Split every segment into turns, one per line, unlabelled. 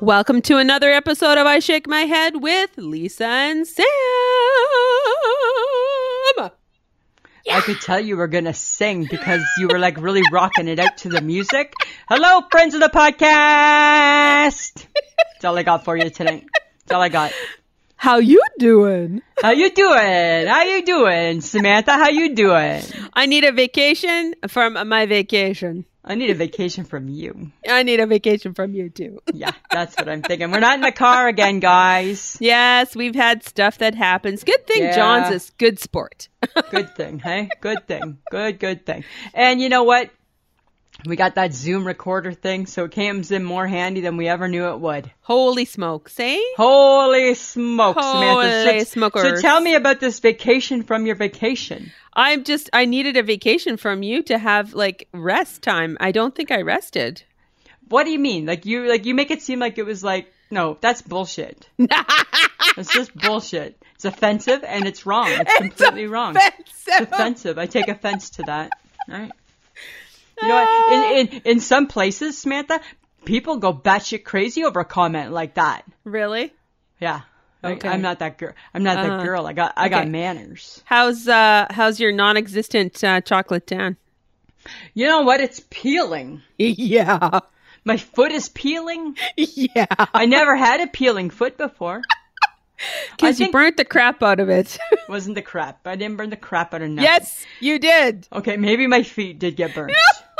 Welcome to another episode of I Shake My Head with Lisa and Sam.
I could tell you were gonna sing because you were like really rocking it out to the music. Hello, friends of the podcast. That's all I got for you tonight. That's all I got.
How you doing?
How you doing? How you doing, Samantha? How you doing?
I need a vacation from my vacation.
I need a vacation from you.
I need a vacation from you too.
Yeah, that's what I'm thinking. We're not in the car again, guys.
Yes, we've had stuff that happens. Good thing
Yeah.
John's a good sport.
Good thing, hey? Good thing. Good, good thing. And you know what? We got that Zoom recorder thing, so it comes in more handy than we ever knew it would.
Holy eh? smoke, say?
Holy smokes,
Holy
Samantha. So,
smokers.
so tell me about this vacation from your vacation.
I'm just I needed a vacation from you to have like rest time. I don't think I rested.
What do you mean? Like you like you make it seem like it was like no, that's bullshit. It's just bullshit. It's offensive and it's wrong. It's, completely wrong. It's offensive. I take offense to that. All right. You know what?
Ah.
In, in in some places, Samantha, people go batshit crazy over a comment like that.
really?
Yeah. Like,
Okay. Uh-huh.
I'm not that girl. I'm not that girl. I got I got
Okay.
manners.
How's uh how's your non-existent uh, chocolate tan?
You know what? It's peeling.
Yeah.
My foot is peeling.
Yeah.
I never had a peeling foot before. I
Cuz you
think-
burnt the crap out of it.
Wasn't the crap. I didn't burn the crap out of nothing.
yes, you did.
Okay, maybe my feet did get burned.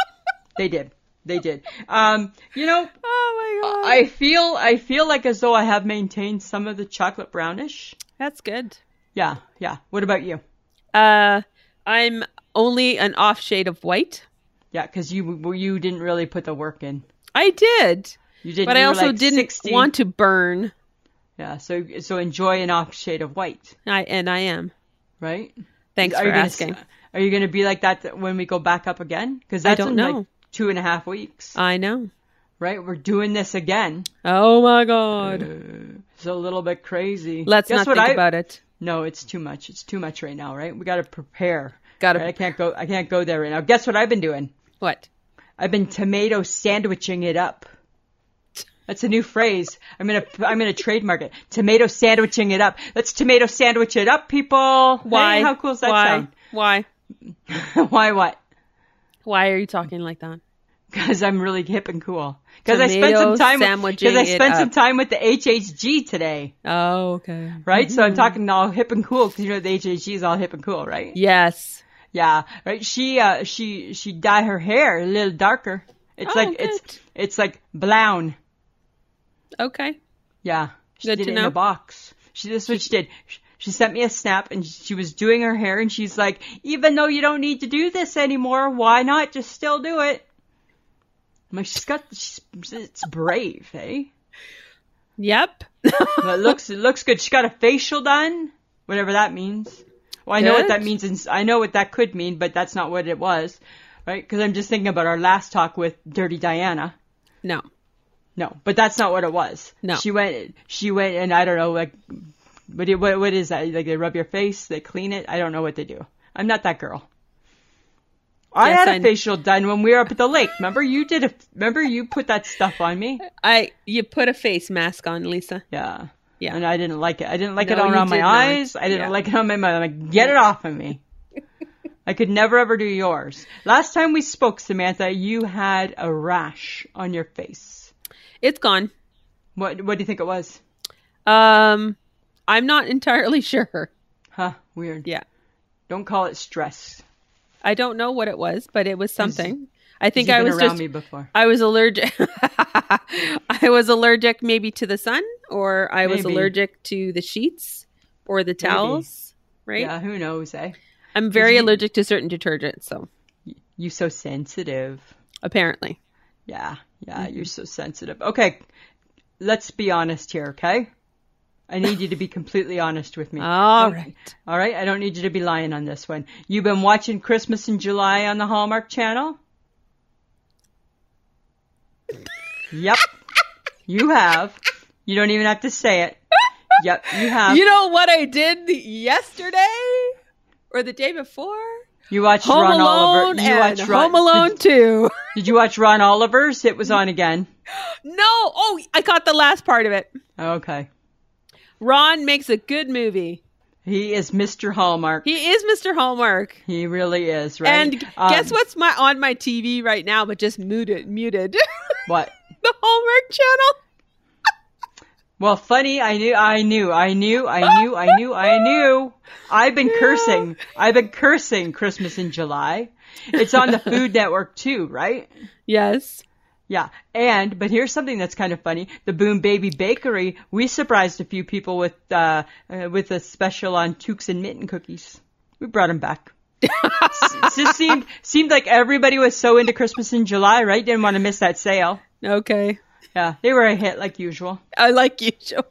they did. They did. Um, you know,
Oh my god.
I feel I feel like as though I have maintained some of the chocolate brownish.
That's good.
Yeah, yeah. What about you?
Uh I'm only an off shade of white.
Yeah, because you you didn't really put the work in.
I did.
You did.
But
you
I
were
also
like
didn't
60.
want to burn.
Yeah. So so enjoy an off shade of white,
I and I am.
right?
Thanks for
you gonna-
asking.
Are you going to be like that th- when we go back up again? Because that's
don't
in
know. Uh,
like two and a half weeks,
I know.
right? We're doing this again.
Oh my god.
It's a little bit crazy.
Let's not
Guess what
think
I-
about it.
No, it's too much. It's too much right now, right? We got to prepare.
Got to
Right? I can't go. I can't go there right now. Guess what I've been doing?
what?
I've been tomato sandwiching it up. That's a new phrase. I'm gonna I'm gonna trademark it. Tomato sandwiching it up. Let's tomato sandwich it up, people.
Why?
Hey, how cool does that
Why? Why?
sound? Why what?
Why are you talking like that?
Because I'm really hip and cool. Because I spent some
Tomato
time
sandwiching
because I
it
spent some
up.
time with the HHG today,
Oh, okay.
right? So I'm
Mm-hmm.
talking all hip and cool because you know the HHG is all hip and cool, right?
Yes.
Yeah, right. She uh she she dye her hair a little darker. It's
Oh,
like
good.
it's it's like blown.
Okay.
Yeah, she
Good
did
to
it in
know.
a box. She this is what she did. She- She sent me a snap and she was doing her hair and she's like, even though you don't need to do this anymore, why not just still do it? I'm like she's got she's it's brave, eh?
Yep.
But it looks it looks good. She got a facial done, whatever that means. Well, I know what
Good.
that means, and s- I know what that could mean, but that's not what it was, right? Because I'm just thinking about our last talk with Dirty Diana.
no.
No, but that's not what it was.
No.
she went, she went, and I don't know, like, what, do you- what, what is that? Like they rub your face, they clean it. I don't know what they do. I'm not that girl. I
Yes,
had a
I kn-
facial done when we were up at the lake. Remember you did a, remember you put that stuff on me?
I you put a face mask on, Lisa.
Yeah.
Yeah.
And I didn't like it. I didn't like it
No,
all
you
around my
did not.
eyes. I didn't
Yeah.
like it on my mouth. I'm like, get it off of me. I could never ever do yours. Last time we spoke, Samantha, you had a rash on your face.
It's gone.
What what do you think it was?
Um I'm not entirely sure.
Huh? Weird.
Yeah.
Don't call it stress.
I don't know what it was, but it was something. I think
You've
I
been
was
around
just
me before.
I was allergic. I was allergic maybe to the sun, or I was
Maybe.
allergic to the sheets or the towels. Right?
Yeah, who knows, eh?
I'm very
you-
allergic to certain detergents, so
You so sensitive.
apparently.
Yeah, yeah,
Mm-hmm.
you're so sensitive. Okay. Let's be honest here, okay? I need you to be completely honest with me.
All
Don't-
right.
All right, I don't need you to be lying on this one. You've been watching Christmas in July on the Hallmark Channel? yep. You have. You don't even have to say it. Yep, you have.
You know what I did yesterday or the day before?
You watched
Home
Ron
Alone
Oliver. You
and
watched Ron,
Home Alone too.
Did, did you watch Ron Oliver's? It was on again.
No, oh, I caught the last part of it.
Okay.
Ron makes a good movie.
He is Mr. Hallmark. He,
He is Mr. Hallmark.
really is, right?
And g-
Um,
guess what's my on my TV right now, but just muted, muted
What?
the Hallmark Channel.
Well, funny. I knew. I knew. I knew. I knew. I knew. I knew. I've been cursing. I've been cursing Christmas in July. It's on the Food Network too, right?
Yes.
Yeah. And but here's something that's kind of funny. The Boom Baby Bakery. We surprised a few people with uh, uh with a special on Tukes and Mitten cookies. We brought them back. S- just seemed seemed like everybody was so into Christmas in July, right? Didn't want to miss that sale.
Okay.
Yeah, they were a hit like usual.
I like you, Joel.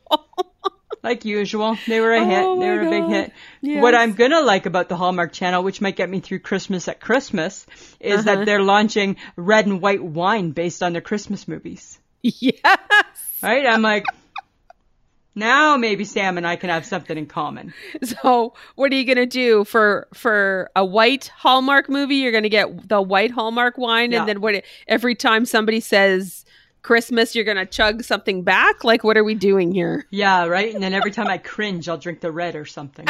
Like usual, they were a hit.
Oh
they
my
were a big
God.
hit.
Yes.
What I'm gonna like about the Hallmark Channel, which might get me through Christmas at Christmas, is
Uh-huh.
that they're launching red and white wine based on their Christmas movies.
yes.
Right? I'm like, now maybe Sam and I can have something in common.
So, what are you gonna do for for a white Hallmark movie? You're gonna get the white Hallmark wine,
Yeah.
and then what? Every time somebody says Christmas, you're gonna chug something back. Like, what are we doing here?
Yeah, right. And then every time I cringe, I'll drink the red or something.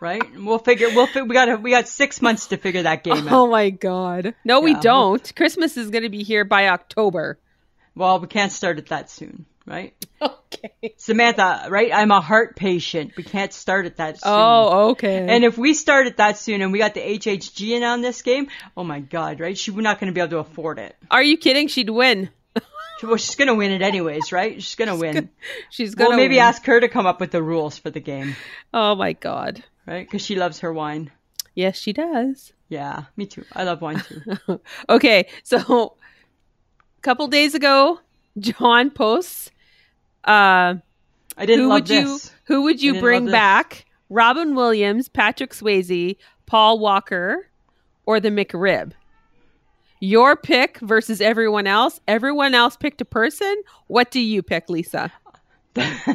Right? And We'll figure. We'll fi- we got we got six months to figure that game out.
Oh my God! No, we
Yeah.
don't. Christmas is gonna be here by October.
Well, we can't start it that soon, right?
Okay.
Samantha, right? I'm a heart patient. We can't start it that soon.
Oh, okay.
And if we start it that soon and we got the HHG in on this game, oh my God, right? She, we're not going to be able to afford it.
are you kidding? She'd win.
She- Well, she's going to win it anyways, right? She's going to win.
She's gonna
Well, maybe
win.
ask her to come up with the rules for the game,
Oh my God!
right? Because she loves her wine.
Yes, she does.
Yeah, me too. I love wine too.
okay, so a couple days ago, John posts, uh,
I didn't
who
love
would you
this.
who would you
didn't love
bring
this.
back? Robin Williams, Patrick Swayze, Paul Walker, or the McRib? Your pick versus everyone else. Everyone else picked a person. What do you pick, Lisa?
the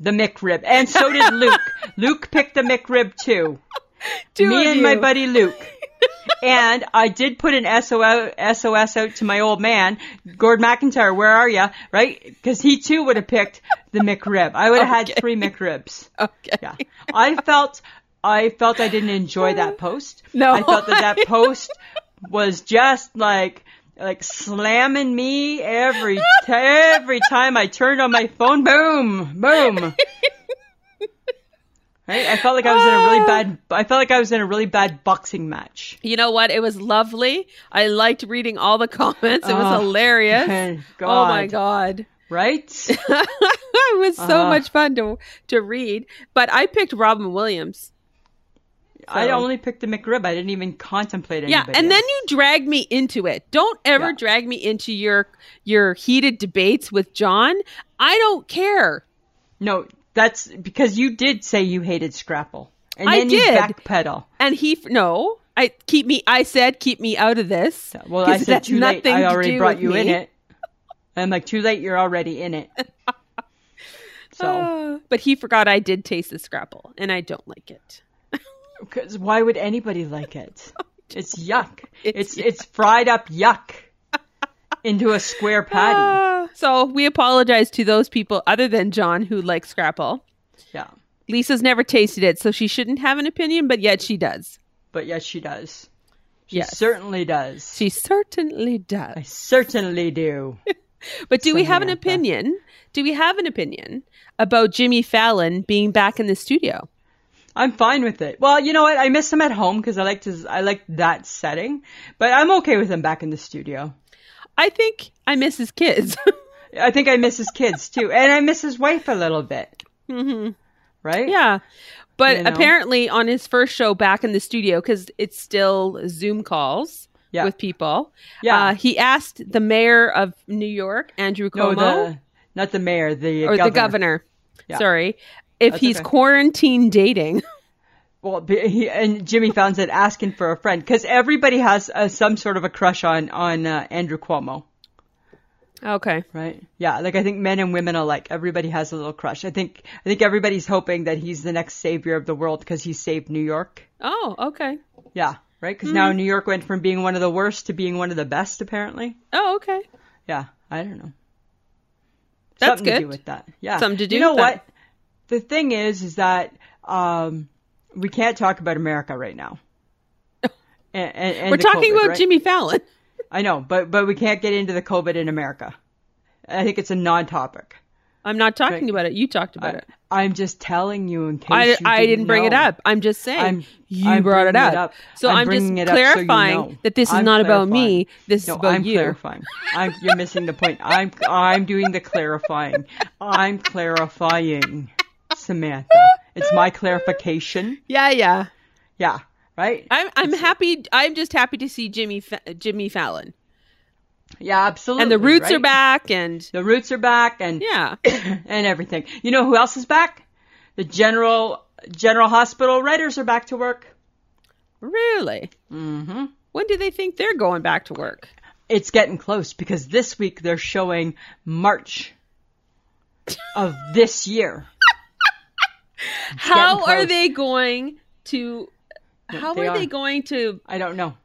McRib. And so did Luke. Luke picked the McRib too.
Two
me
of
and my
you.
buddy Luke. and I did put an SOS, SOS out to my old man, Gord McIntyre. Where are you? Right? Because he too would have picked the McRib. I would have had three McRibs.
Okay.
Yeah, I felt I felt I didn't enjoy that post.
No.
I felt that that post was just like like slamming me every t- every time I turned on my phone. Boom, boom. Right? I felt like I was in a really bad. I felt like I was in a really bad boxing match.
You know what? It was lovely. I liked reading all the comments. It was
Oh,
hilarious.
thank
Oh my
God.
god.
Right?
it was so
Uh-huh.
much fun to to read. But I picked Robin Williams.
I
So-
only picked the McRib. I didn't even contemplate
Yeah,
anybody.
and then
else.
you drag me into it. Don't ever
Yeah.
drag me into your your heated debates with John. I don't care.
no, that's because you did say you hated Scrapple, and
I
then you
did.
backpedal.
And he f- no, I keep me. I said keep me out of this.
Well,
'cause
I said
that's
too late.
nothing
I
to
already
do
brought
with
you in
me.
it. I'm like too late. You're already in it. So,
Ah, but he forgot I did taste the scrapple, and I don't like it. Oh.
'cause why would anybody like it? It's yuck. It's it's fried up yuck into a square patty.
Ah, so we apologize to those people other than John who like scrapple.
Yeah,
Lisa's never tasted it, so she shouldn't have an opinion, but yet she does.
but yes, she does. She
Yes.
certainly does.
She certainly does.
I certainly do.
But do we have an
Samantha.
opinion? Do we have an opinion about Jimmy Fallon being back in the studio?
I'm fine with it. Well, you know what? I miss him at home because I like to. I like that setting, but I'm okay with him back in the studio.
I think I miss his kids.
I think I miss his kids too, and I miss his wife a little bit. Mm-hmm. Right?
yeah. But
You know.
apparently on his first show back in the studio cuz it's still Zoom calls
Yeah.
with people.
Yeah.
Uh, he asked the mayor of New York, Andrew
No,
Cuomo,
Oh, the, not the mayor, the
or
governor.
the governor.
Yeah.
Sorry. If
That's
he's
okay.
quarantine dating.
Well, b- he, and Jimmy Fallon said asking for a friend because everybody has uh, some sort of a crush on on uh, Andrew Cuomo,
okay.
right? Yeah, like I think men and women alike, everybody has a little crush. I think I think everybody's hoping that he's the next savior of the world because he saved New York.
Oh, okay.
Yeah, right? Because now New York went from being one of the worst to being one of the best, apparently.
Oh, okay.
Yeah, I don't know.
That's
Something to do
good.
with that. Yeah.
Something to do
You know
with
what?
that.
The thing is, is that um, we can't talk about America right now. And, and, and
We're
the
talking
COVID,
about
right?
Jimmy Fallon.
I know, but but we can't get into the COVID in America. I think it's a non-topic.
I'm not talking
Right.
about it. You talked about it.
I'm just telling you in case
I,
you
I didn't bring it
know.
up. I'm just saying
I'm-
you
I'm
brought it
bringing
up.
it up.
So
I'm
I'm, just
bringing it up so you
clarifying
know.
that this is
I'm
not about me.
clarifying.
This
No,
is about
I'm
you.
clarifying. I'm, you're missing the point. I'm I'm doing the clarifying. I'm clarifying, Samantha. It's my clarification.
Yeah, yeah.
Yeah, right.
I'm I'm happy. I'm just happy to see Jimmy Fa- Jimmy Fallon
Yeah, absolutely.
and the roots are
right?
back and
The roots are back, and
yeah.
and everything. You know who else is back? The general General Hospital writers are back to work.
Really?
Mm-hmm.
When do they think they're going back to work?
It's getting close because this week they're showing March of this year.
How
getting
are
close.
they going to? How
they
are, they
are.
going to
I don't know.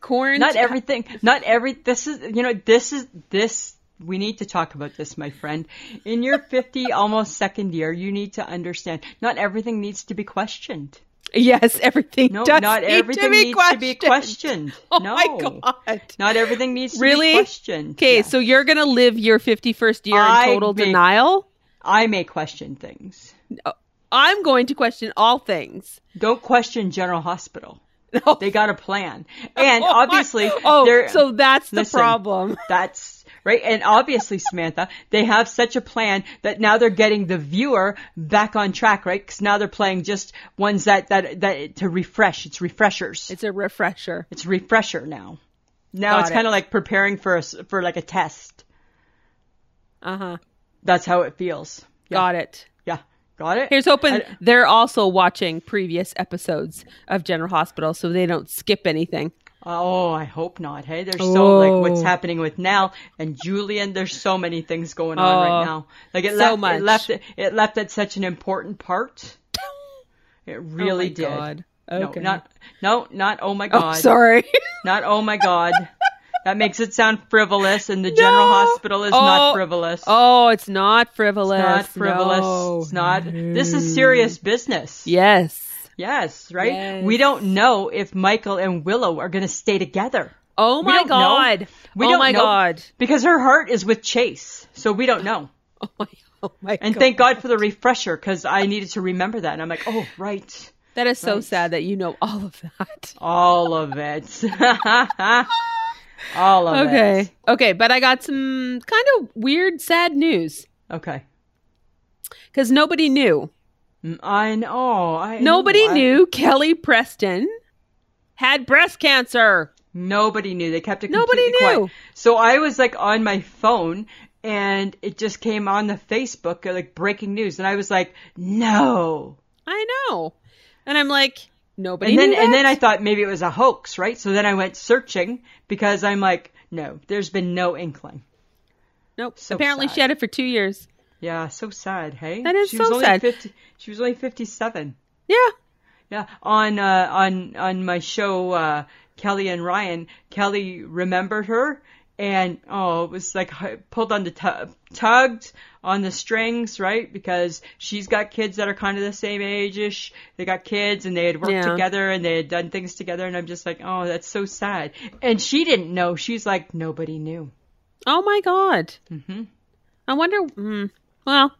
quarantine?
Not everything. Not every. This is. You know. This is. This. We need to talk about this, my friend. In your 50, almost second year, you need to understand. Not everything needs to be questioned.
Yes, everything.
No,
does
not
need
everything
to be
needs to
questioned.
be questioned.
Oh
no.
my god.
Not everything needs to
Really?
be questioned.
Okay,
Yeah.
so you're gonna live your 51st year
I
in total
make-
denial.
I may question things.
I'm going to question all things.
Don't question General Hospital.
No.
They got a plan. And
Oh my-
obviously,
oh,
they're,
so that's the
Listen.
problem.
that's right. And obviously, Samantha, they have such a plan that now they're getting the viewer back on track, right? Because now they're playing just ones that, that, that to refresh. It's refreshers. It's,
It's a refresher.
a refresher now. Now
Got
it's
it.
kind of like preparing for a s for like a test.
Uh huh.
That's how it feels. Yeah.
Got it.
Yeah. Got it?
Here's hoping
I-
they're also watching previous episodes of General Hospital so they don't skip anything.
Oh, I hope not. Hey, there's so like what's
Oh.
happening with Nell and Julian. There's so many things going on right
Oh,
now. Like it
so
left,
much.
it left, it left at such an important part. It really
oh my
did.
God.
No,
Okay.
not no, not. Oh my
Oh,
God.
sorry.
Not. Oh my God. that makes it sound frivolous, and the General
No.
Hospital is
Oh.
not frivolous.
Oh, it's not frivolous.
it's not frivolous.
No.
It's not. This is serious business.
Yes.
Yes. Right.
Yes.
We don't know if Michael and Willow are going to stay together.
Oh my
don't know.
god.
We
oh
don't
my
know.
god.
Because her heart is with Chase, so we don't know.
Oh my, oh my
And
god.
thank God for the refresher, because I needed to remember that. And I'm like, oh, right,
that is so
Right.
sad that you know all of that.
all of it, all of
Okay.
it.
Okay, but I got some kind of weird sad news
Okay,
cuz nobody knew.
Mm, I know. I
Nobody
know. I-
knew Kelly Preston had breast cancer.
Nobody knew. They kept it
Nobody
completely
knew.
quiet. So I was like on my phone, and it just came on the Facebook like breaking news, and I was like, no.
I know. And I'm like nobody
and then
knew
and then
that?
I thought maybe it was a hoax, right? So then I went searching because I'm like, no, there's been no inkling.
Nope.
So
Apparently
sad.
she had it for 2 years.
Yeah, so sad, hey?
That is
she
so
was only
sad.
50, she was only 57.
Yeah.
Yeah, on uh, on on my show uh, Kelly and Ryan, Kelly remembered her and oh, it was like hu- pulled on the tug, tugged on the strings, right? Because she's got kids that are kind of the same age-ish. They got kids and they had worked
Yeah.
together and they had done things together and I'm just like, "Oh, that's so sad." And she didn't know. She's like, "Nobody knew."
Oh my god.
Mhm.
I wonder mm, well,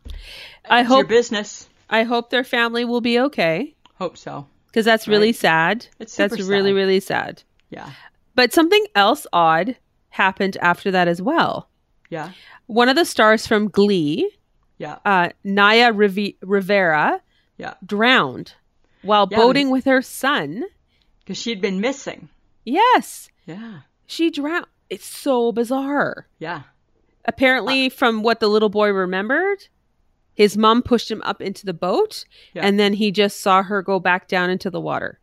I
It's your
hope
business.
I hope their family will be okay
Hope so.
because that's really
Right.
sad.
It's
that's
super
really
sad.
really sad.
Yeah.
But something else odd happened after that as well.
Yeah.
One of the stars from Glee,
Yeah.
uh, Naya Rivi- Rivera,
Yeah.
drowned while
Yeah,
boating with her son.
Because she'd been missing.
Yes,
Yeah.
she drowned. It's so bizarre.
Yeah.
Apparently, from what the little boy remembered, his mom pushed him up into the boat,
Yeah.
and then he just saw her go back down into the water.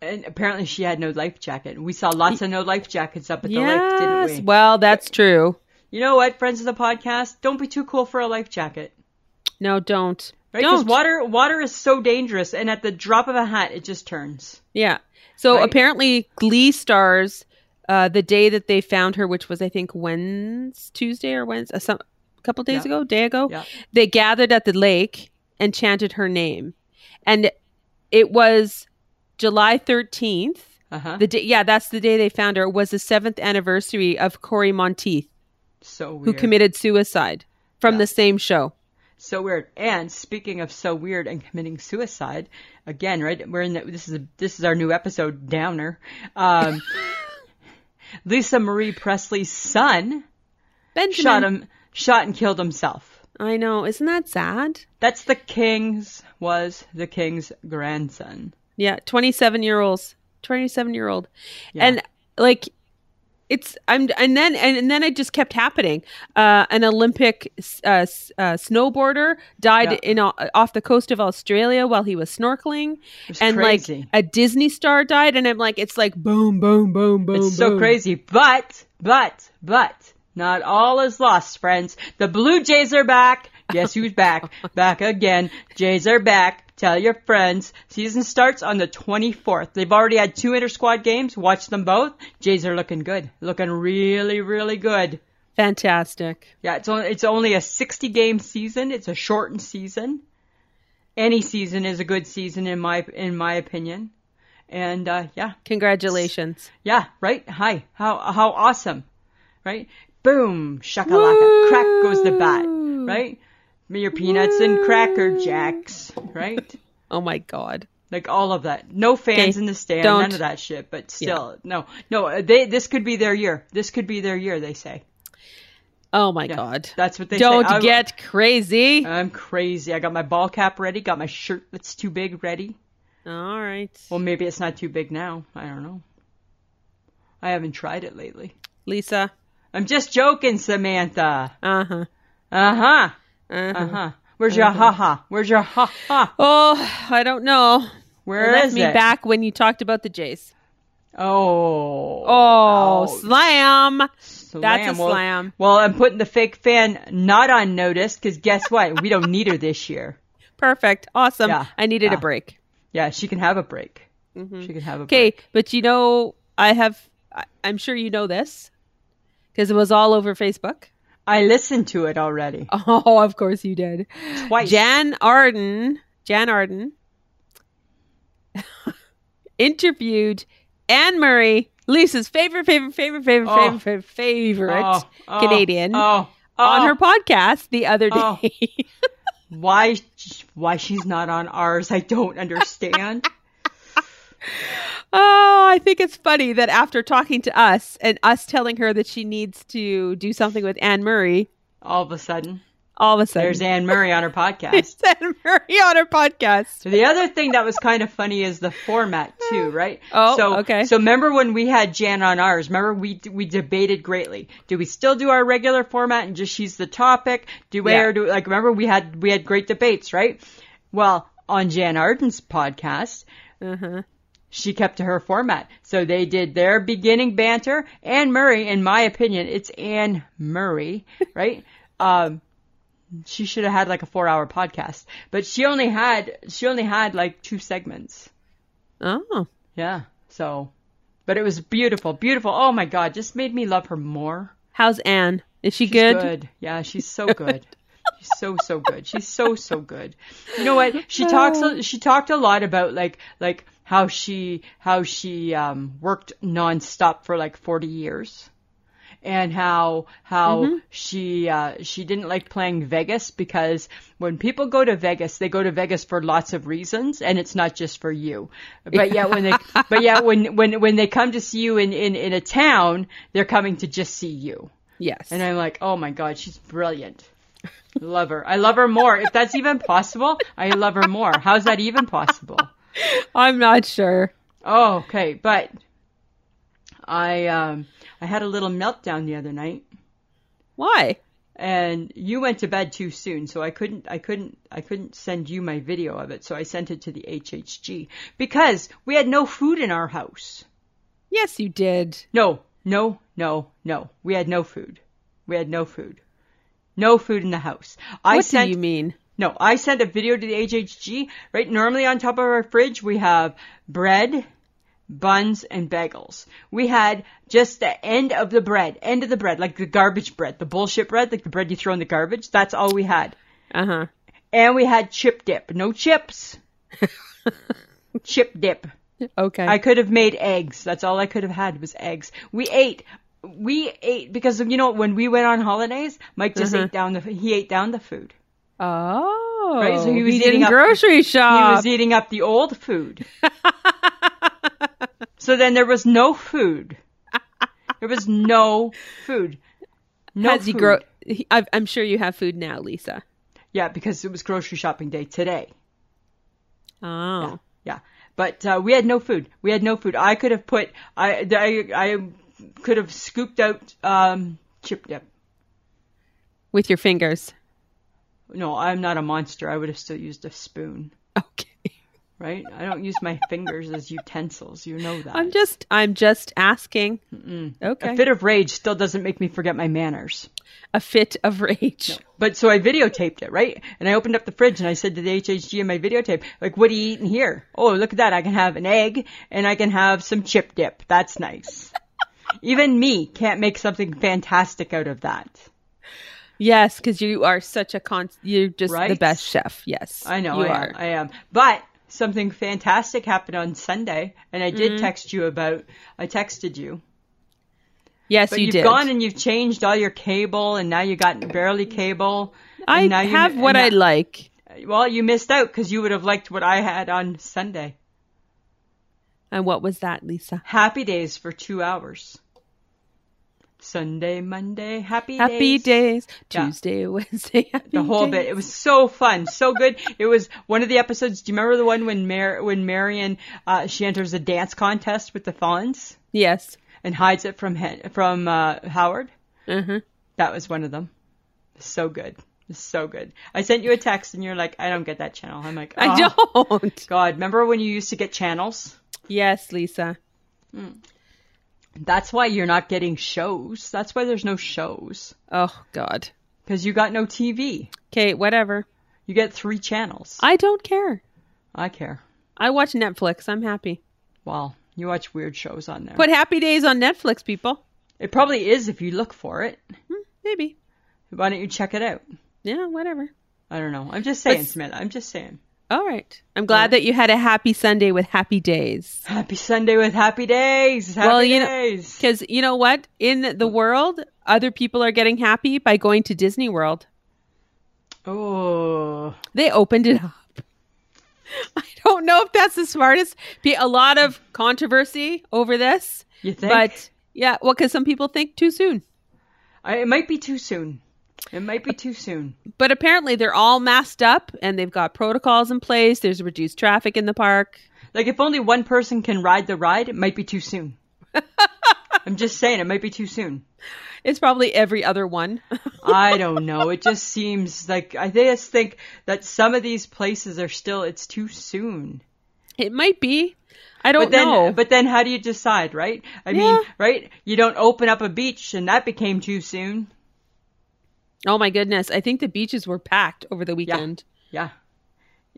And apparently she had no life jacket. We saw lots of no life jackets up at the lake, didn't
yes,
we?
well, that's true.
you know what, friends of the podcast? Don't be too cool for a life jacket.
No, don't.
Right? Because
Don't.
water water is so dangerous, and at the drop of a hat, it just turns.
Yeah. So
Right.
apparently, Glee stars uh, the day that they found her, which was I think Wednesday, Tuesday or Wednesday, uh, some a couple days
Yeah.
ago, day ago.
Yeah.
They gathered at the lake and chanted her name, and it was July thirteenth.
Uh huh.
The day, yeah, that's the day they found her. It was the seventh anniversary of Corey Monteith,
So weird.
who committed suicide from
Yeah.
the same show.
So weird. And speaking of so weird and committing suicide, again, right? We're in the, this is a, this is our new episode downer. Um, Lisa Marie Presley's son
Benjamin,
shot him, shot and killed himself.
I know, isn't that sad?
That's the king's was the king's grandson.
Yeah, 27 year olds, 27 year old.
Yeah.
And like it's I'm and then and, and then it just kept happening. Uh an Olympic s- uh, s- uh snowboarder died
Yeah.
in uh, off the coast of Australia while he was snorkeling
It's
and
crazy.
like a Disney star died and I'm like it's like boom boom boom boom.
It's so
boom.
crazy. But, but, but, not all is lost, friends. The Blue Jays are back. Yes, who's back? back again. Jays are back. Tell your friends. Season starts on the 24th. They've already had two inter squad games. Watch them both. Jays are looking good. Looking really, really good.
Fantastic.
Yeah, it's only, it's only a 60 game season. It's a shortened season. Any season is a good season in my in my opinion. And uh, yeah,
Congratulations.
yeah, right. Hi, how how awesome, right? Boom, shakalaka, crack goes the bat,
Woo.
right? Your peanuts and cracker jacks, right?
Oh my god.
Like all of that. No fans
Okay,
in the stand,
don't.
none of that shit. But still, no, no. uh, They this could be their year. This could be their year. They say.
Oh my
Yeah,
god.
That's what they
Don't
say. I-
get crazy.
I'm crazy. I got my ball cap ready. Got my shirt that's too big ready.
All right.
Well, maybe it's not too big now. I don't know. I haven't tried it lately.
Lisa.
I'm just joking, Samantha.
Uh-huh.
Uh huh.
Uh-huh.
Uh huh. Where's your ha ha? Where's your ha ha?
Oh, I don't know.
Where
left
is
me
it?
back when you talked about the Jays.
Oh.
Oh,
ouch.
slam.
slam.
That's a
Well-
slam.
Well, I'm putting the fake fan not on notice because guess what? we don't need her this year.
Perfect. Awesome.
Yeah,
I needed
yeah.
a break.
Yeah, she can have a break. She can have a break.
Mm-hmm. Okay, but you know, I have, I, I'm sure you know this because it was all over Facebook.
I listened to it already
Oh, of course you did.
twice.
Uh, Jan Arden, Jan Arden interviewed Anne Murray, Lisa's favorite, favorite, favorite, favorite,
Oh.
favorite, favorite, favorite
Oh, oh,
Canadian
Oh, oh,
on her podcast the other day.
Oh. why? Why she's not on ours? I don't understand.
Oh, I think it's funny that after talking to us and us telling her that she needs to do something with Anne Murray,
All of a sudden,
all of a sudden
there's Anne Murray on her podcast.
it's Anne Murray on her podcast.
So the other thing that was kind of funny is the format too, right?
Oh,
so,
okay.
So remember when we had Jan on ours? Remember we we debated greatly. Do we still do our regular format and just she's the topic? Do we
Yeah.
or do like remember we had we had great debates, right? Well, on Jan Arden's podcast,
Uh-huh.
she kept to her format. So they did their beginning banter. Anne Murray, in my opinion, it's Anne Murray, right? um, she should have had like a four-hour podcast, but she only had she only had like two segments.
Oh,
Yeah. So, but it was beautiful, beautiful. Oh my God, just made me love her more.
how's Anne? Is she
She's
good?
Yeah, she's so good. She's so so good. She's so so good. You know what? She talks. a- She talked a lot about like like how she how she um, worked nonstop for like forty years, and how how she uh, she didn't like playing Vegas because when people go to Vegas, they go to Vegas for lots of reasons, and it's not just for you. But yet when they but yet when when when they come to see you in in in a town, they're coming to just see you.
Yes.
And I'm like, oh my God, she's brilliant. Love her. I love her more. If that's even possible, I love her more. How's that even possible?
I'm not sure.
Oh, okay. But I um I had a little meltdown the other night
Why?
and you went to bed too soon, so I couldn't I couldn't I couldn't send you my video of it, so I sent it to the HHG because we had no food in our house.
Yes, you did.
No, no, no, no. We had no food. We had no food. No food in the house. I
what
sent
do you mean?
No, I sent a video to the HHG. Right, normally on top of our fridge we have bread, buns, and bagels. We had just the end of the bread, end of the bread, like the garbage bread, the bullshit bread, like the bread you throw in the garbage. That's all we had.
Uh huh.
And we had chip dip. No chips. chip dip.
Okay.
I could have made eggs. That's all I could have had was eggs. We ate. We ate because you know when we went on holidays, Mike just ate down the he ate down the food.
Oh,
Right, so he was
didn't
eating up-
grocery
he
shop.
was eating up the old food. so then there was no food. There was no food. No
Has he
food.
grow? he- I've- I'm sure you have food now, Lisa.
yeah, because it was grocery shopping day today.
Oh,
Yeah, but uh, we had no food. We had no food. I could have put I I, I could have scooped out um, chip dip.
with your fingers.
No, I'm not a monster. I would have still used a spoon,
Okay.
right? I don't use my fingers as utensils. You know that.
I'm just. I'm just asking. Okay.
a fit of rage still doesn't make me forget my manners.
of rage.
But so I videotaped it, right? And I opened up the fridge and I said to the HHG in my videotape, like, what are you eating here? Oh, look at that. I can have an egg and I can have some chip dip. That's nice. Even me can't make something fantastic out of that.
Yes, because you are such a con. You're just the
Right?
best chef. Yes,
I know
you
I
are.
am. I am. But something fantastic happened on Sunday and I
Mm-hmm.
did text you about, I texted you.
yes,
But
you
have
did.
gone and you've changed all your cable and now you got barely cable.
I
and now you-
have what
and
I
now-
like.
Well, you missed out because you would have liked what I had on Sunday.
And what was that, Lisa?
Happy days for two hours. Sunday, Monday, happy,
Happy
days.
days,
Yeah.
Tuesday, Wednesday. Happy
The whole
days.
bit. It was so fun, so good. It was one of the episodes. Do you remember the one when Mar- when Marion uh, she enters a dance contest with the Fawns
Yes.
and hides it from Hen- from uh, Howard?
Uh-huh.
That was one of them. So good, so good. I sent you a text and you're like, I don't get that channel. I'm like, oh,
I don't.
God, remember when you used to get channels?
Yes, Lisa.
That's why you're not getting shows. That's why there's no shows.
Oh God.
Because you got no TV.
Okay, whatever.
You get three channels.
I don't care.
I care.
I watch Netflix. I'm happy.
Well, you watch weird shows on there.
Put Happy Days on Netflix, people.
it probably is if you look for it.
Maybe.
Why don't you check it out?
Yeah, whatever.
I don't know. I'm just saying,
But-
Samantha. I'm just saying.
All right. I'm glad that you had a happy Sunday with Happy Days.
Happy Sunday with happy days. Happy
Well, you know-
days.
Because you know what? In the world, other people are getting happy by going to Disney World.
oh,
They opened it up. I don't know if that's the smartest. Be a lot of controversy over this,
you think?
but yeah, well, because some people think too soon.
I, it might be too soon. It might be too soon.
But apparently, they're all masked up and they've got protocols in place. There's reduced traffic in the park.
Like, if only one person can ride the ride, it might be too soon. I'm just saying, it might be too soon.
It's probably every other one.
I don't know. It just seems like I just think that some of these places are still it's too soon.
it might be. I don't
But then
know.
but then how do you decide, right? I
Yeah.
mean, right? You don't open up a beach and that became too soon.
oh my goodness! I think the beaches were packed over the weekend.
Yeah.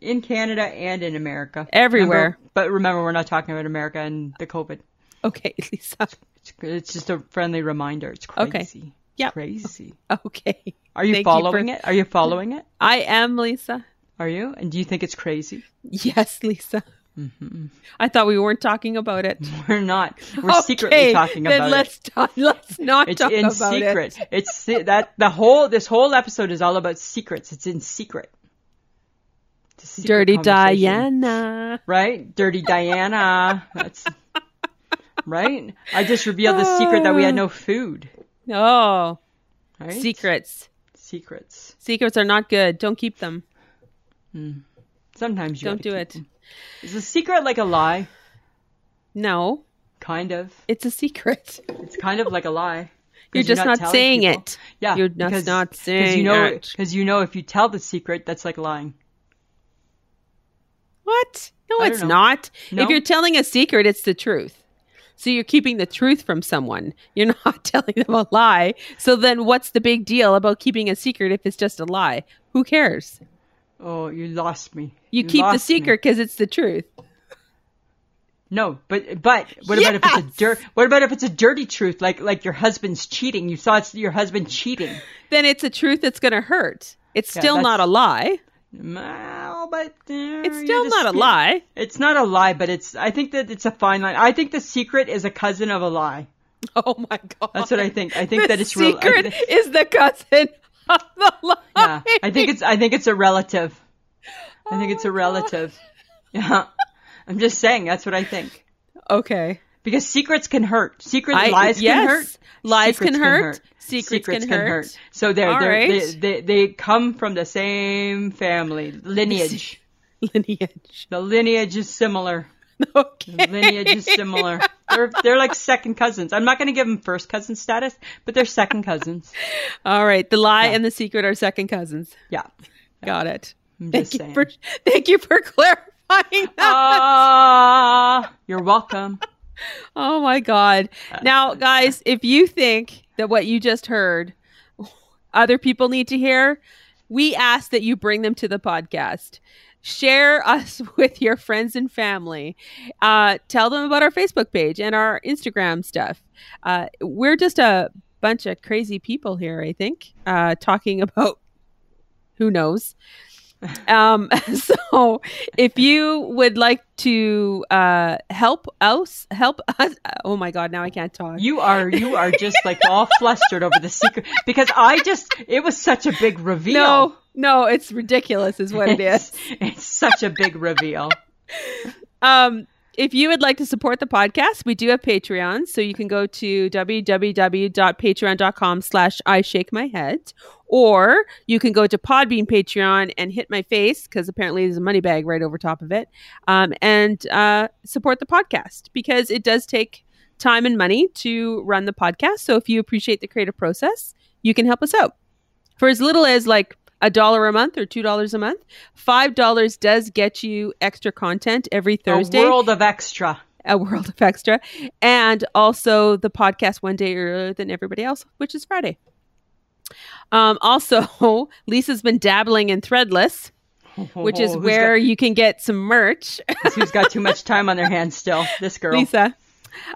In Canada and in America.
Everywhere.
Remember- but remember we're not talking about America and the COVID.
Okay, Lisa.
It's, it's just a friendly reminder. It's
Okay.
crazy.
Yep.
Crazy.
Okay.
Are you
Thank you for-
following it? Are you following it?
I am Lisa.
Are you? And do you think it's crazy?
Yes, Lisa. I thought we weren't talking about it.
We're not. Mm-hmm. We're secretly
Okay,
talking
then
about it.
let's Talk, let's not
It's
talk
in
about
secret.
it.
It's se- that the whole this whole episode is all about secrets. It's in secret. It's a secret
Dirty
conversation.
Diana.
right? Dirty Diana. That's right. I just revealed the secret that we had no
Uh,
food.
Oh,
Right?
secrets.
Secrets.
Secrets are not good. Don't keep them.
Sometimes you
Don't do it.
it. Is a secret like a lie?
No,
Kind of.
it's a secret.
It's kind of like a lie. 'Cause
You're just not,
telling
saying
people.
it.
Yeah,
You're just
because-
not
'cause you
saying
know,
it.
Because you know, if you tell the secret, that's like lying.
What? No,
I don't
it's
know.
not.
No?
If you're telling a secret, it's the truth. So you're keeping the truth from someone. You're not telling them a lie. So then what's the big deal about keeping a secret if it's just a lie? Who cares?
Oh, you lost me.
You, keep the
lost me.
secret because it's the truth.
No, but but what about if it's a
Yes!
dirt? What about if it's a dirty truth? Like like your husband's cheating. You saw it's your husband cheating.
Then it's a truth that's going to hurt. It's
Yeah,
still
that's-
not a lie.
Well, but uh,
It's
you're
still
just-
not a lie.
It's not a lie, but it's. I think that it's a fine line. I think the secret is a cousin of a lie.
Oh my god.
That's what I think. I think
the
that it's real- I
secret
think-
is the cousin of the lie.
Yeah, I think it's. I think it's a relative. I think
Oh
it's a
my God.
relative. Yeah, I'm just saying. That's what I think.
okay.
Because secrets can hurt. Secret
I-
lies
yes.
can hurt.
Lies
Secrets
can hurt. Secrets can hurt.
So they're,
All
they're they,
right.
they they come from the same family lineage.
Lineage.
The lineage is similar.
Okay.
Lineage is similar. They're they're like second cousins. I'm not going to give them first cousin status, but they're second cousins.
All right. The lie and the secret are second cousins.
Yeah.
Got it.
I'm
Thank
just
you
saying.
for thank you for clarifying that.
Ah, you're welcome.
oh my god. Now guys, if you think that what you just heard other people need to hear, we ask that you bring them to the podcast. Share us with your friends and family. Uh, tell them about our Facebook page and our Instagram stuff. Uh, we're just a bunch of crazy people here, I think, uh, talking about who knows. Um, so if you would like to uh, help us, help us. Oh my God, now I can't talk.
You are you are just like all flustered over the secret because I just it was such a big reveal.
no, no, it's ridiculous, is what it is.
It's- It's such a big reveal.
Um, if you would like to support the podcast, we do have Patreon, so you can go to www.patreon.com slash I shake my head, or you can go to Podbean Patreon and hit my face, because apparently there's a money bag right over top of it, um, and uh, support the podcast, because it does take time and money to run the podcast. So if you appreciate the creative process, you can help us out. For as little as like a dollar a month or two dollars a month, five dollars does get you extra content every Thursday
A world of extra.
a world of extra and also the podcast one day earlier than everybody else which is friday um, also lisa's been dabbling in threadless which is
Oh, who's
where you can get some merch
got- who's got too much time on their hands still? This girl.
lisa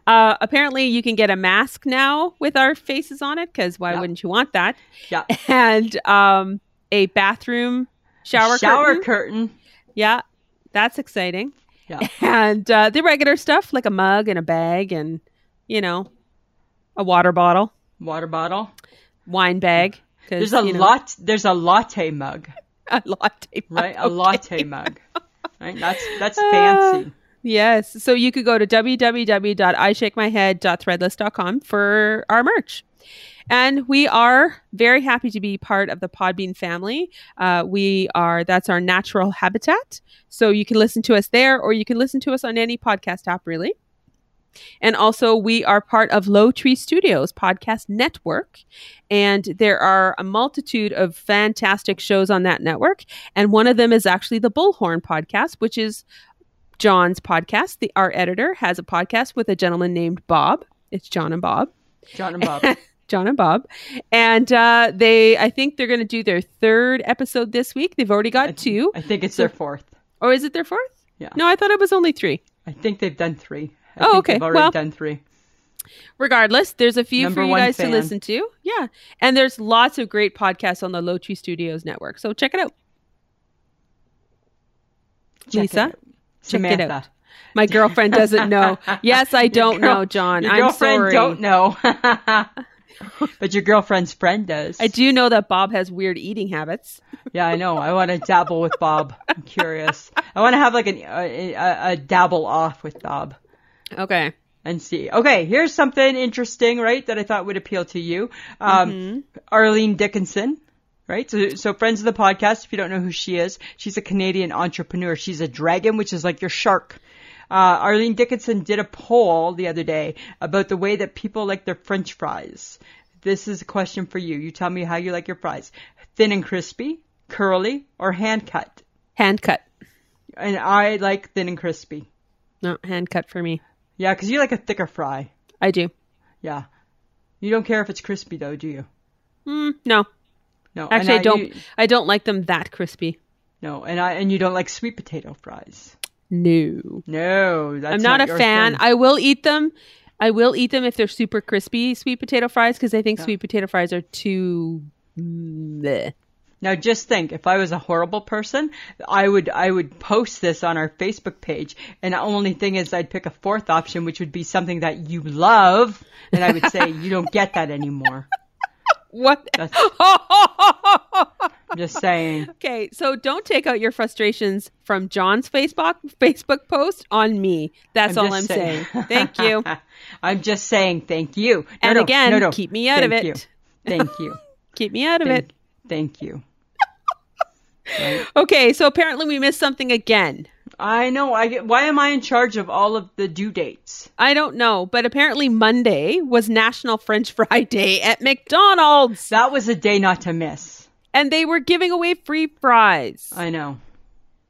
uh, apparently you can get a mask now with our faces on it because why
Yeah.
wouldn't you want that
Yeah.
and um, a bathroom shower curtain.
curtain.
yeah that's exciting
Yeah.
and uh, the regular stuff like a mug and a bag and you know a water bottle
Water bottle.
wine bag 'cause,
There's a
you know,
lot. There's a latte mug,
a latte mug.
right? A latte mug. Right. That's that's fancy.
Uh, yes so you could go to www.ishakemyhead.threadless.com for our merch and we are very happy to be part of the podbean family uh, we are that's our natural habitat so you can listen to us there or you can listen to us on any podcast app really And also, we are part of Low Tree Studios podcast network. And there are a multitude of fantastic shows on that network. And one of them is actually the Bullhorn podcast, which is John's podcast. The, our editor has a podcast with a gentleman named Bob. It's John and Bob.
John and Bob.
John and Bob. And uh, they, I think they're going to do their third episode this week. They've already
I-
got two.
I think it's their fourth.
Or is it their fourth?
Yeah.
No, I thought it was only three.
I think they've done three. I
Oh,
think
okay.
They've already
Well-
done three.
regardless there's a few
Number
for you
one
guys
fan.
to listen to yeah and there's lots of great podcasts on the low tree studios network so check it out
Check it
Lisa?
out.
Check it out.
Samantha.
my girlfriend doesn't know yes i don't
girl-
know john
Your
i'm
girlfriend
sorry
don't know, but your girlfriend's friend does.
i do know that bob has weird eating habits
Yeah, I know. I want to dabble with Bob. I'm curious. I want to have like an, a, a, a dabble off with Bob
okay
and see. Okay, here's something interesting, right? That I thought would appeal to you. Um,
Mm-hmm.
Arlene Dickinson. Right, so, so friends of the podcast. If you don't know who she is, she's a Canadian entrepreneur. She's a dragon, which is like your shark. Uh, Arlene Dickinson did a poll the other day about the way that people like their French fries. This is a question for you. You tell me how you like your fries: thin and crispy, curly, or hand cut.
hand cut
And I like thin and crispy.
no hand cut for me
Yeah, 'cause you like a thicker fry.
i do
Yeah. You don't care if it's crispy though, do you?
mm, no
No. and
actually i don't
you-
i don't like them that crispy
No, and I and you don't like sweet potato fries.
No.
No, that's
I'm not, a
your
fan.
thing.
I will eat them. I will eat them if they're super crispy sweet potato fries because I think
Yeah.
sweet potato fries are too. bleh.
Now just think, if I was a horrible person, I would I would post this on our Facebook page, and the only thing is I'd pick a fourth option, which would be something that you love, and I would say you don't get that anymore.
What?
That's- I'm just saying.
okay, so don't take out your frustrations from John's Facebook Facebook post on me. That's all
just
I'm saying. Thank you.
I'm just saying thank you. No,
and
no,
again,
no, no.
keep me out of
Thank
it.
you. Thank you.
Keep me out of
thank,
it.
thank you.
Okay, so apparently we missed something again.
I know. I get, why am I in charge of all of the due dates?
I don't know, but apparently Monday was National French Fry Day at McDonald's,
That was a day not to miss.
and they were giving away free fries.
I know.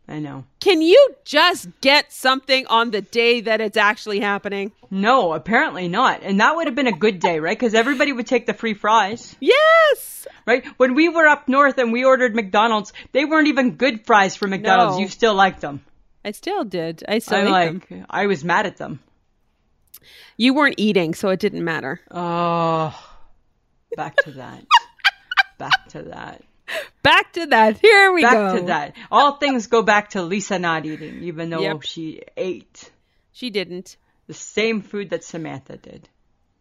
I know.
Can you just get something on the day that it's actually happening?
No, apparently not. And that would have been a good day, right? Because everybody would take the free fries,
Yes.
right? When we were up north and we ordered McDonald's, they weren't even good fries from McDonald's.
No.
You still liked them.
I still did. I still
I
ate them.
like. I was mad at them.
You weren't eating, so it didn't matter.
Oh, back to that. back to that.
Back to that. Here we
Back
go.
to that. All things go back to Lisa not eating, even though
Yep.
she ate
She didn't.
the same food that Samantha did.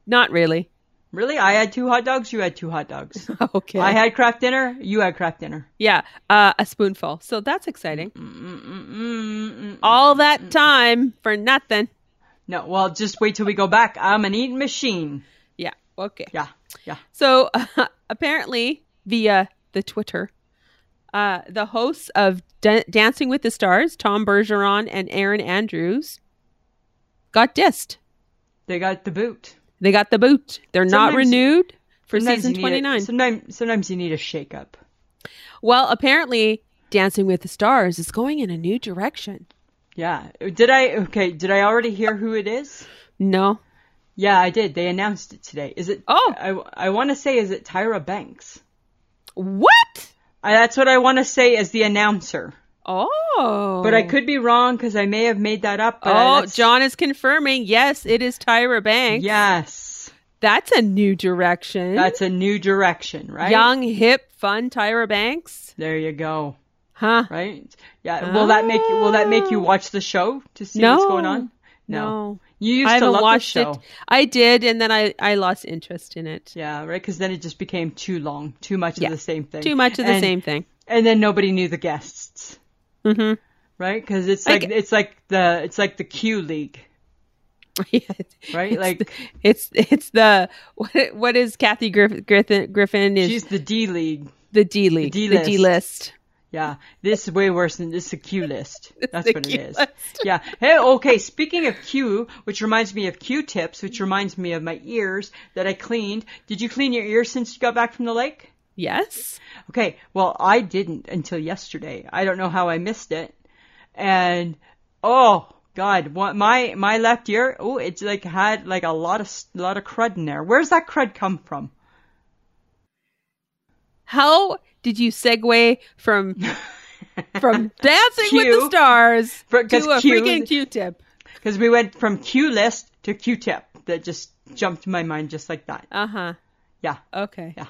Not really.
Really? I had two hot dogs, you had two hot dogs.
Okay.
I had craft dinner, you had craft dinner.
yeah, uh, a spoonful. So that's exciting.
Mm, Mm-mm-mm-mm.
All
mm,
that time for nothing.
No, well, just wait till we go back. I'm an eating machine.
Yeah. Okay.
Yeah, yeah.
So apparently, via the Twitter, uh, the hosts of Dan Dancing with the Stars, Tom Bergeron and Aaron Andrews, got dissed.
They got the boot.
They got the boot. They're not
Sometimes-
renewed for
Sometimes
season
you need a-
29.
Sometimes, sometimes you need a shake up.
Well, apparently, Dancing with the Stars is going in a new direction.
Yeah. Did I? Okay. Did I already hear who it is?
No.
Yeah, I did. They announced it today. Is it?
Oh.
I, I want to say is it Tyra Banks?
What?
I, that's what I want to say as the announcer.
Oh.
But I could be wrong because I may have made that up. But I-
Oh,
that's-
John is confirming. Yes, it is Tyra Banks.
Yes,
That's a new direction.
that's a new direction, right?
Young, hip, fun Tyra Banks.
There you go.
Huh.
Right? Yeah. Will that make you? Will that make you watch the show to see what's
Ah. No.
going on?
No.
You used
I
to
haven't
love
watched
the show.
it. I did, and then I, I lost interest in it.
Yeah, right. Because then it just became too long, too much
Yeah.
of the same thing,
Too much of the
And-
same thing.
and then nobody knew the guests,
hmm
right? Because it's
I
like
g-
it's like the it's like the Q League, right?
It's
like
the- it's it's the what what is Kathy Griff, Griffin Griffin is
she's the D League.
the D league the
D-list.
D list
Yeah, this is way worse than this is a Q list. That's
the
what
Q
it is.
list.
Yeah. Hey, okay. Speaking of Q, which reminds me of Q-tips, which reminds me of my ears that I cleaned. Did you clean your ears since you got back from the lake?
yes
Okay, well, I didn't until yesterday. I don't know how I missed it. And oh god, what, my my left ear, oh, it's like had like a lot of s- lot of crud in there. Where's that crud come from?
how did you segue from from dancing with the
Q.
stars
For-
to
'cause
a
Q-
freaking Q-tip
Cuz we went from Q list to Q-tip. That just jumped to my mind just like that.
uh huh
Yeah.
okay
Yeah.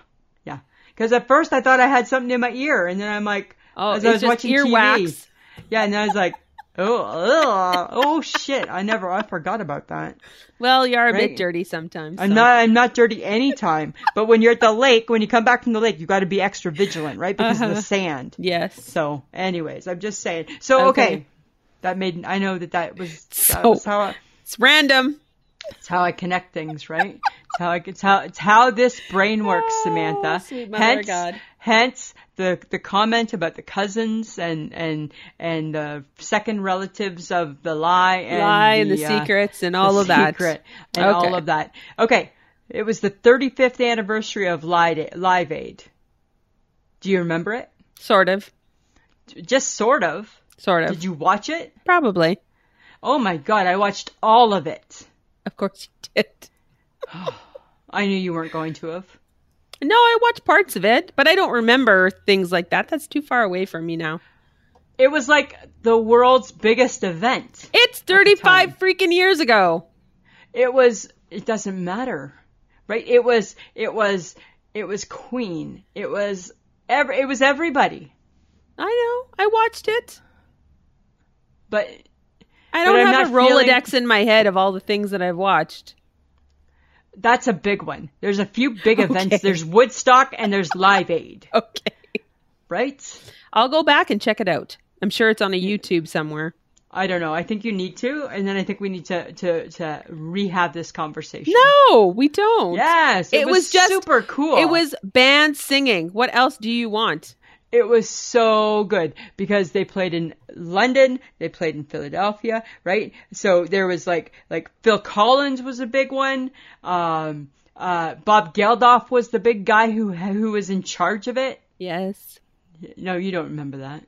Yeah. Cuz at first I thought I had something in my ear and then I'm like
oh
as
it's
I was
just
watching TV.
earwax
Yeah, and then I was like, "Oh, ugh, oh shit. I never I forgot about that."
well you're a bit
Right.
dirty sometimes
I'm
so.
not I'm not dirty anytime. but when you're at the lake, when you come back from the lake, you got to be extra vigilant, right? Because of
Uh-huh.
the sand.
yes
So, anyways, I'm just saying. So, okay.
Okay.
That made I know that that was that
So-
was how I,
it's random
it's how I connect things, right? It's how I it's how it's how this brain works, Samantha.
Oh, sweet mother of
hence,
God.
hence the the comment about the cousins and and and the second relatives of the lie and
lie and the,
uh,
secrets and all
the
of that
secret and
Okay.
all of that. Okay, it was the 35th anniversary of Live Aid. Live Aid. Do you remember it?
sort of
Just sort of.
sort of
Did you watch it?
probably
Oh my god, I watched all of it.
of course you did
I knew you weren't going to have.
No, I watched parts of it, but I don't remember things like that. That's too far away from me now.
It was like the world's biggest event.
It's 35 freaking years ago.
It was. It doesn't matter, right? It was. It was. It was Queen. It was. Every, it was everybody.
I know. I watched it.
But
I don't have a Rolodex feeling... in my head of all the things that I've watched.
That's a big one. There's a few big okay. events. There's Woodstock and there's Live Aid.
okay.
Right?
I'll go back and check it out. I'm sure it's on a YouTube somewhere.
I don't know. I think you need to, and then I think we need to to to rehab this conversation.
No, we don't.
Yes, it, it was, was just super cool.
It was band singing. What else do you want?
It was so good because they played in London, they played in Philadelphia, right? So there was like like Phil Collins was a big one. Um, uh, Bob Geldof was the big guy who who was in charge of it.
Yes.
No, you don't remember that.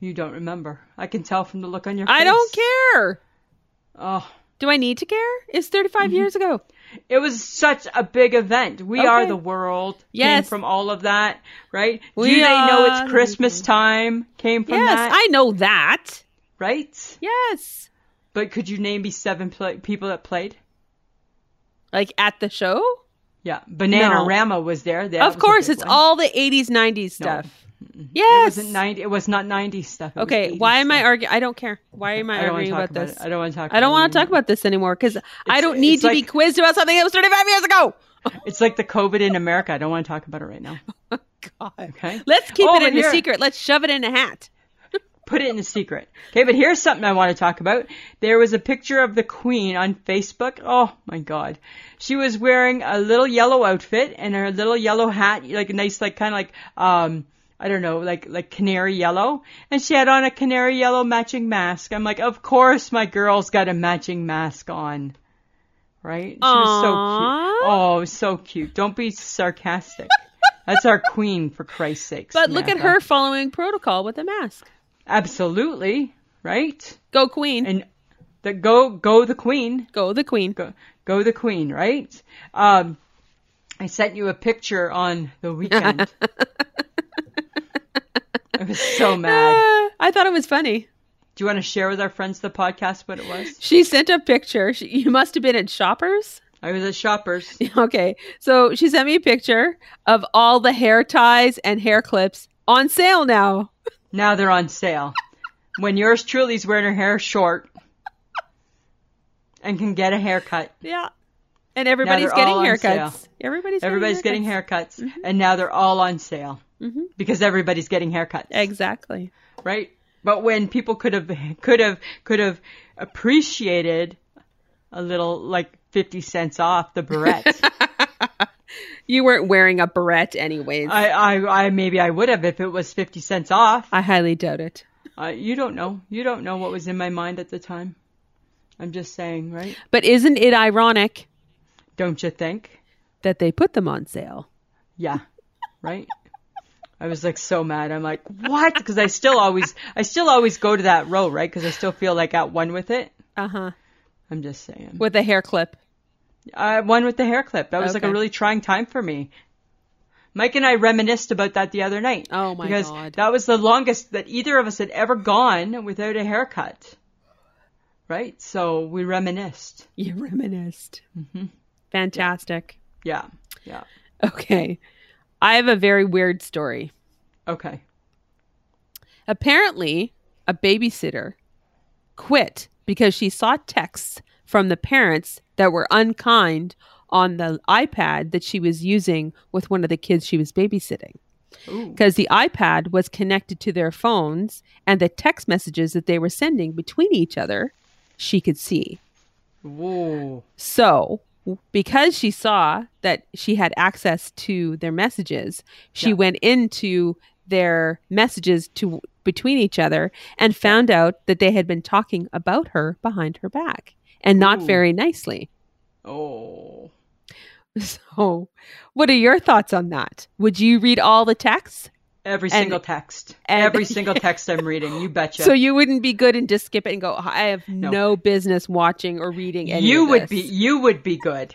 You don't remember. I can tell from the look on your face.
I don't care.
Oh.
Do I need to care? It's 35 mm-hmm. years ago.
It was such a big event. We okay. are the world. Yes. Came from all of that, right? We Do they are... know it's Christmas time? Came from
yes,
that.
I know that.
Right?
Yes.
But could you name me seven play- people that played?
Like at the show?
Yeah. Bananarama no. was there. That
of
was
course, it's one. all the 80s, 90s stuff. No.
Yes. Mm-hmm. It wasn't 90, it was not 90 stuff. It
okay, why am I arguing? I don't care. Why am I, I arguing about,
about
this?
I don't want to talk
I don't want to talk about this anymore cuz I don't need to like, be quizzed about something that was 35 years ago.
it's like the COVID in America. I don't want to talk about it right now.
Oh, God. Okay. Let's keep oh, it in a secret. Let's shove it in a hat.
Put it in a secret. Okay, but here's something I want to talk about. There was a picture of the queen on Facebook. Oh my god. She was wearing a little yellow outfit and her little yellow hat, like a nice like kind of like um I don't know, like like canary yellow, and she had on a canary yellow matching mask. I'm like, of course, my girl's got a matching mask on, right? She Aww. was so cute. Oh, so cute. Don't be sarcastic. That's our queen, for Christ's sake.
But Samantha. look at her following protocol with a mask.
Absolutely, right?
Go queen.
And the go go the queen.
Go the queen.
Go go the queen. Right? Um, I sent you a picture on the weekend. I was so mad. Uh,
Ah, I thought it was funny.
Do you want to share with our friends the podcast what it was?
She sent a picture. She, you must have been at Shoppers.
I was at Shoppers.
Okay. So she sent me a picture of all the hair ties and hair clips on sale now.
Now they're on sale. when yours truly's wearing her hair short and can get a haircut.
Yeah. And everybody's getting haircuts. Everybody's,
everybody's getting haircuts. Getting haircuts. Mm-hmm. And now they're all on sale. Mm-hmm. because everybody's getting haircuts.
Exactly.
Right. But when people could have could have could have appreciated a little like fifty cents off the barrette.
you weren't wearing a barrette anyways.
I, I, I maybe I would have if it was fifty cents off.
I highly doubt it.
Uh, you don't know. You don't know what was in my mind at the time. I'm just saying, right?
But isn't it ironic?
Don't you think?
That they put them on sale.
Yeah. Right? I was like so mad. I'm like, what? Because I still always, I still always go to that row, right? Because I still feel like at one with it.
Uh
Uh-huh.
huh.
I'm just saying.
With a hair clip.
I one with the hair clip. That was okay. like a really trying time for me. Mike and I reminisced about that the other night.
Oh my
because
god.
That was the longest that either of us had ever gone without a haircut. Right. So we reminisced.
You reminisced. Mm-hmm. Fantastic.
Yeah. Yeah.
yeah. Okay. I have a very weird story.
Okay.
Apparently, a babysitter quit because she saw texts from the parents that were unkind on the iPad that she was using with one of the kids she was babysitting. Because the iPad was connected to their phones and the text messages that they were sending between each other, she could see.
Whoa.
So because she saw that she had access to their messages, she yeah. went into their messages to between each other and found yeah. out that they had been talking about her behind her back and not Ooh. very nicely.
Oh.
So, what are your thoughts on that? Would you read all the texts?
Every single and, text. And, Every single text I'm reading. You betcha.
So you wouldn't be good and just skip it and go, I have no, no business watching or reading any
You
would
be you would be good.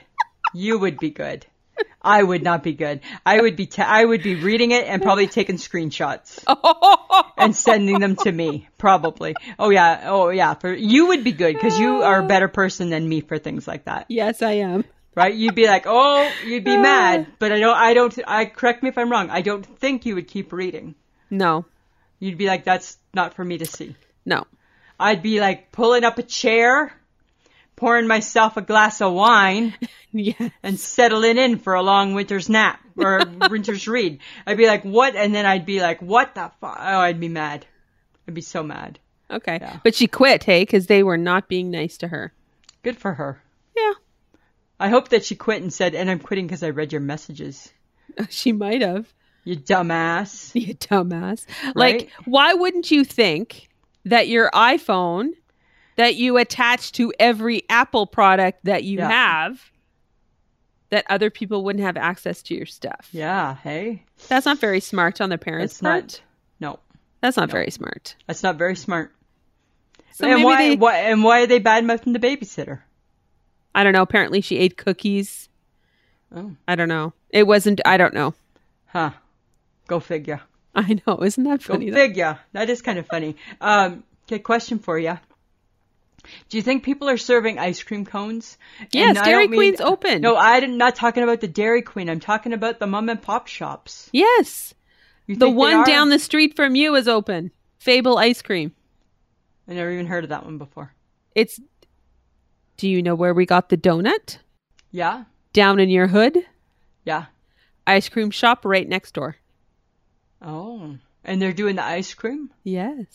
you would be good. I would not be good. I would be, ta- I would be reading it and probably taking screenshots and sending them to me. Probably. Oh yeah. Oh yeah. For you would be good because you are a better person than me for things like that,
Yes, I am.
right? You'd be like, oh, you'd be mad, but I don't, I don't, I correct me if I'm wrong. I don't think you would keep reading.
No,
You'd be like, that's not for me to see.
no.
I'd be like pulling up a chair, pouring myself a glass of wine,
Yeah.
and settling in for a long winter's nap or winter's read. I'd be like, what? And then I'd be like, what the fuck? Oh, I'd be mad. I'd be so mad.
Okay.
Yeah.
But she quit, hey, because they were not being nice to her.
Good for her.
Yeah.
I hope that she quit and said, and I'm quitting because I read your messages.
She might have.
You dumbass.
You dumbass. Like,
Right?
why wouldn't you think that your iPhone that you attach to every Apple product that you
Yeah.
have that other people wouldn't have access to your stuff?
Yeah, hey.
That's not very smart on the parents'
That's
part.
not. No,
That's not very smart.
that's not very smart.
So
and
maybe
why,
they,
why? And why are they bad mouthing the babysitter?
I don't know. Apparently she ate cookies.
Oh,
I don't know. It wasn't I don't know.
huh. Go figure.
I know. Isn't that
Go
funny? though?
figure. That is kind of funny. Um, okay, question for you. Do you think people are serving ice cream cones? And
Yes,
I
Dairy
don't mean-
Queen's open.
No, I'm not talking about the Dairy Queen. I'm talking about the mom and pop shops.
Yes.
You
The
think they
one
are?
down the street from you is open. Fable Ice Cream.
I never even heard of that one before.
It's. Do you know where we got the donut?
Yeah,
Down in your hood?
yeah.
Ice cream shop right next door.
Oh, and they're doing the ice cream
Yes.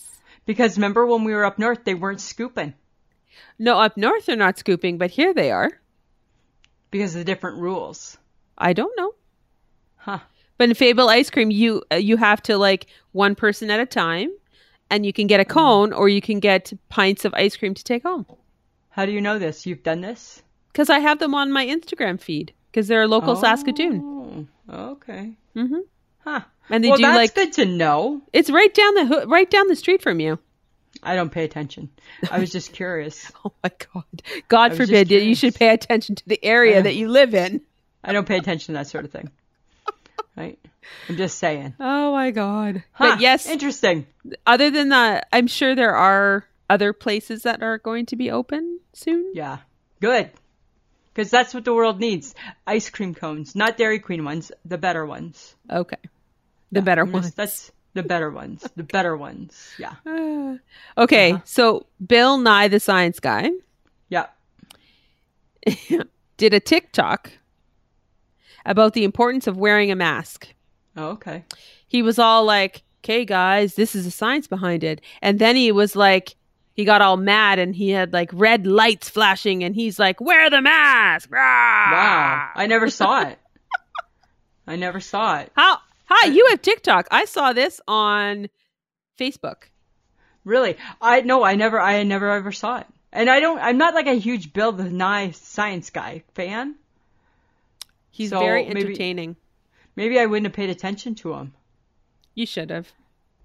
because remember when we were up north, they weren't scooping
No, up north they're not scooping, but here they are.
because of the different rules.
I don't know.
Huh.
But in Fable Ice Cream, you uh, you have to like one person at a time, and you can get a
Mm-hmm.
cone or you can get pints of ice cream to take home.
How do you know this? You've done this.
Because I have them on my Instagram feed because they're a local Saskatoon.
Oh, okay.
hmm
Huh.
And they
well,
do
that's
like
good to know.
it's right down the hood, right down the street from you.
I don't pay attention. I was just curious.
Oh my God. God
was just
forbid you- you should
curious. Uh-huh.
pay attention to the
I
area
know.
that you live in.
I don't pay attention to that sort of thing. Right? I'm just saying.
Oh my God.
Huh,
But yes,
Interesting.
other than that, I'm sure there are other places that are going to be open soon.
Yeah. Good. Because that's what the world needs ice cream cones, not Dairy Queen ones, the better ones.
Okay. The better
I'm just-
ones.
That's the better ones. The better ones. Yeah.
Ah. okay.
Uh-huh.
So Bill Nye, the science guy,
Yeah.
did a TikTok about the importance of wearing a mask.
Oh, okay.
he was all like, "Okay, guys, this is the science behind it." And then he was like, he got all mad and he had like red lights flashing, and he's like, "Wear the mask!"
Wow.
Wow.
I never saw it. I never saw it.
How? Hi, you have TikTok. I saw this on Facebook.
Really? I no, I never I never ever saw it. And I don't I'm not like a huge Bill the Nye science guy fan.
He's
So,
very
maybe-
entertaining.
Maybe I wouldn't have paid attention to him.
You should have.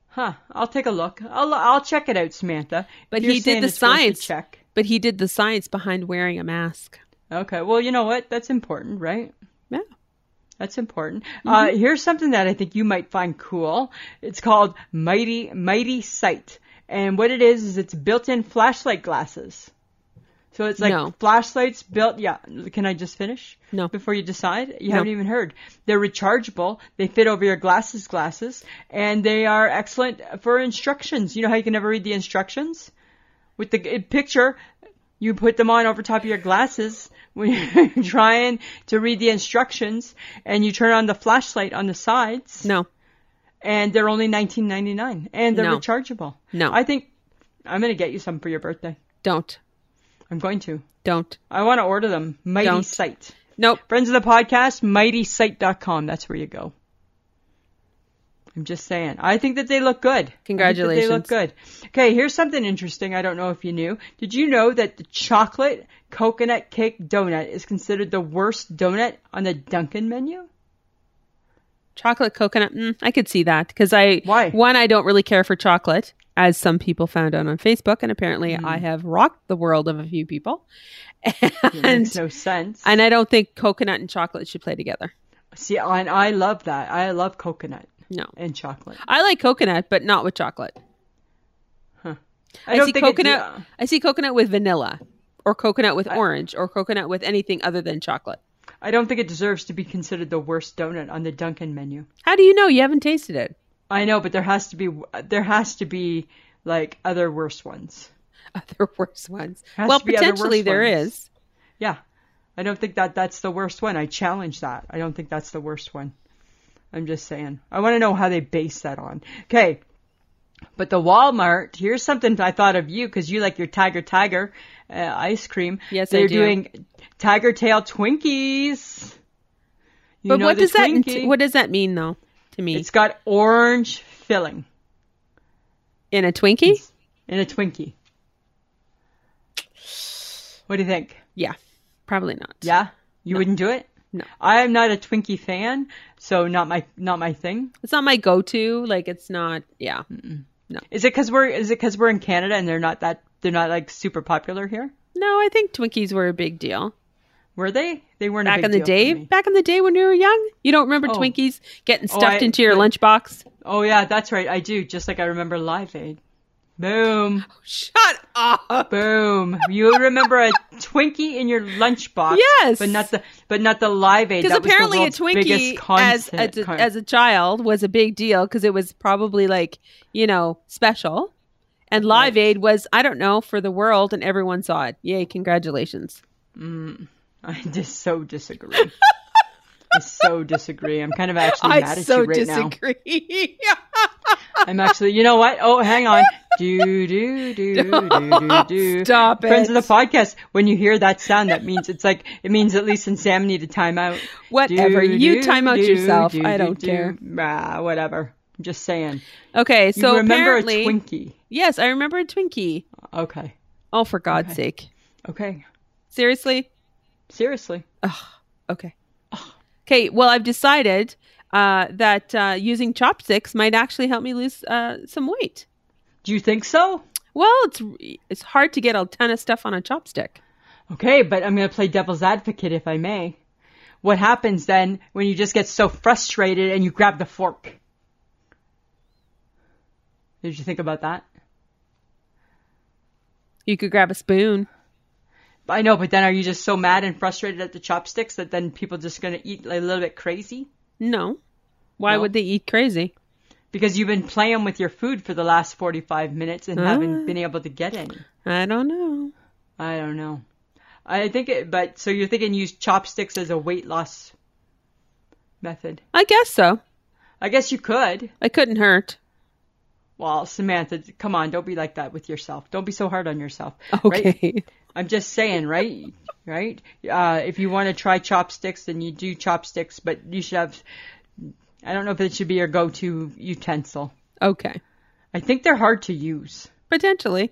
Huh, I'll take a look. I'll I'll check it out, Samantha.
But
You're
he did
saying
the
it's worth a
science.
check.
But he did the science behind wearing a mask.
Okay. Well, you know what? That's important, right?
Yeah.
That's important. Uh,
Mm-hmm.
here's something that I think you might find cool. It's called Mighty Mighty Sight, and what it is is it's built-in flashlight glasses. So it's like
No.
flashlights built. Yeah. Can I just finish?
No.
Before you decide, you
No.
haven't even heard. They're rechargeable. They fit over your glasses glasses, and they are excellent for instructions. You know how you can never read the instructions with the g- picture. You put them on over top of your glasses when you're trying to read the instructions, and you turn on the flashlight on the sides,
No.
and they're only 19.99, and they're
No.
rechargeable.
No.
I think I'm gonna get you some for your birthday.
Don't.
I'm going to.
Don't.
I want to order them. Mighty
Don't.
Sight.
Nope.
Friends of the podcast, mightysite.com. That's where you go. I'm just saying. I think that they look good. I think that
Congratulations.
They look good. Okay, here's something interesting. I don't know if you knew. Did you know that the chocolate coconut cake donut is considered the worst donut on the Dunkin' menu?
Chocolate coconut. Mm, I could see that because I
Why?
one I don't really care for chocolate, as some people found out on Facebook, and apparently
Mm.
I have rocked the world of a few people.
It
And
makes no sense.
and I don't think coconut and chocolate should play together.
See, and I love that. I love coconut
No,
and chocolate.
I like coconut, but not with chocolate. I, see
it-
coconut.
yeah.
I see coconut with vanilla, or coconut with
I-
orange, or coconut with anything other than chocolate.
I don't think it deserves to be considered the worst donut on the Dunkin' menu.
How do you know you haven't tasted it?
I know, but there has to be there has to be like other worse ones.
Other worse ones.
Has
well,
to be other worse
potentially there is.
ones. Yeah, I don't think that that's the worst one. I challenge that. I don't think that's the worst one. I'm just saying. I want to know how they base that on. Okay. But the Walmart, here's something I thought of you because you like your Tiger Tiger uh, ice cream.
Yes, I
They're
do.
doing Tiger Tail Twinkies. You
But
know
what
the
does that
Twinkie.
what does that mean though to me?
It's got orange filling
in a Twinkie?
in a Twinkie. What do you think?
Yeah, probably not.
Yeah, you wouldn't do it.
No.
I am not a Twinkie fan, so not my not my thing.
It's not my go-to. Like it's not. Yeah,
Is it because we're is it because we're in Canada and they're not that they're not like super popular here?
no, I think Twinkies were a big deal
Were they? They weren't a
back
big
in the
deal
day.
for me.
Back in the day when we were young, you don't remember
Oh.
Twinkies getting
Oh,
stuffed
I-
into your
I-
lunchbox?
Oh yeah, that's right. I do. Just like I remember Live Aid. Boom,
Shut up.
boom. You remember a Twinkie in your lunchbox?
Yes.
but not the but not the Live Aid.
Because
That was the
apparently a
world's biggest
Twinkie as
concert-
as a,
con-
as a child was a big deal because it was probably like you know special, and Live Aid was I don't know for the world and everyone saw it. Yay! Congratulations.
I just so disagree. I so disagree. I'm kind of actually mad
I
at
so
you right now.
disagree.
I'm actually, you know what? Oh, hang on. Do, do, do, do, do, do.
Stop
Friends of
it.
the podcast, when you hear that sound, that means it's like, it means at least in Sam need a timeout.
Whatever. You time out yourself. I don't care.
Ah, whatever. I'm just saying.
Okay,
You
so
remember a
apparently,
Twinkie.
yes, I remember a Twinkie.
Okay.
Oh, for God's sake!
Okay.
Seriously?
Seriously.
Okay. Okay. Well, I've decided uh, that uh, using chopsticks might actually help me lose uh, some weight.
Do you think so?
Well, it's it's hard to get a ton of stuff on a chopstick.
Okay, but I'm going to play devil's advocate if I may. What happens then when you just get so frustrated and you grab the fork? Did you think about that?
You could grab a spoon.
I know, but then are you just so mad and frustrated at the chopsticks that then people just going to eat a little bit crazy?
No. Why
No?
would they eat crazy?
Because you've been playing with your food for the last 45 minutes and haven't been able to get any.
I don't know.
I don't know. I think it, but so you're thinking use chopsticks as a weight loss method.
I guess so.
I guess you could.
I couldn't hurt.
Well, Samantha, come on, don't be like that with yourself. Don't be so hard on yourself. Right?
Okay.
I'm just saying, right? Right? Uh, if you want to try chopsticks, then you do chopsticks, but you should have. I don't know if it should be your go to utensil.
Okay.
I think they're hard to use.
Potentially.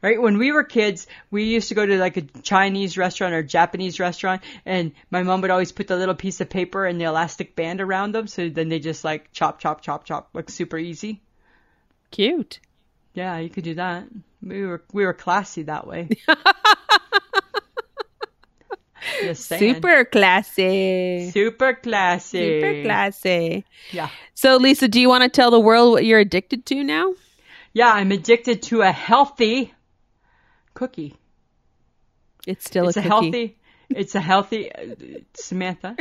Right? When we were kids, we used to go to like a Chinese restaurant or Japanese restaurant, and my mom would always put the little piece of paper and the elastic band around them, so then they just like chop, chop, chop, chop, like super easy.
Cute.
Yeah, you could do that. We were we were classy that way. Just saying.
Super classy.
super classy.
Super classy.
Yeah.
So, Lisa, do you want to tell the world what you're addicted to now?
Yeah, I'm addicted to a healthy cookie.
It's still
It's
a
a,
cookie.
healthy it's a healthy uh, Samantha.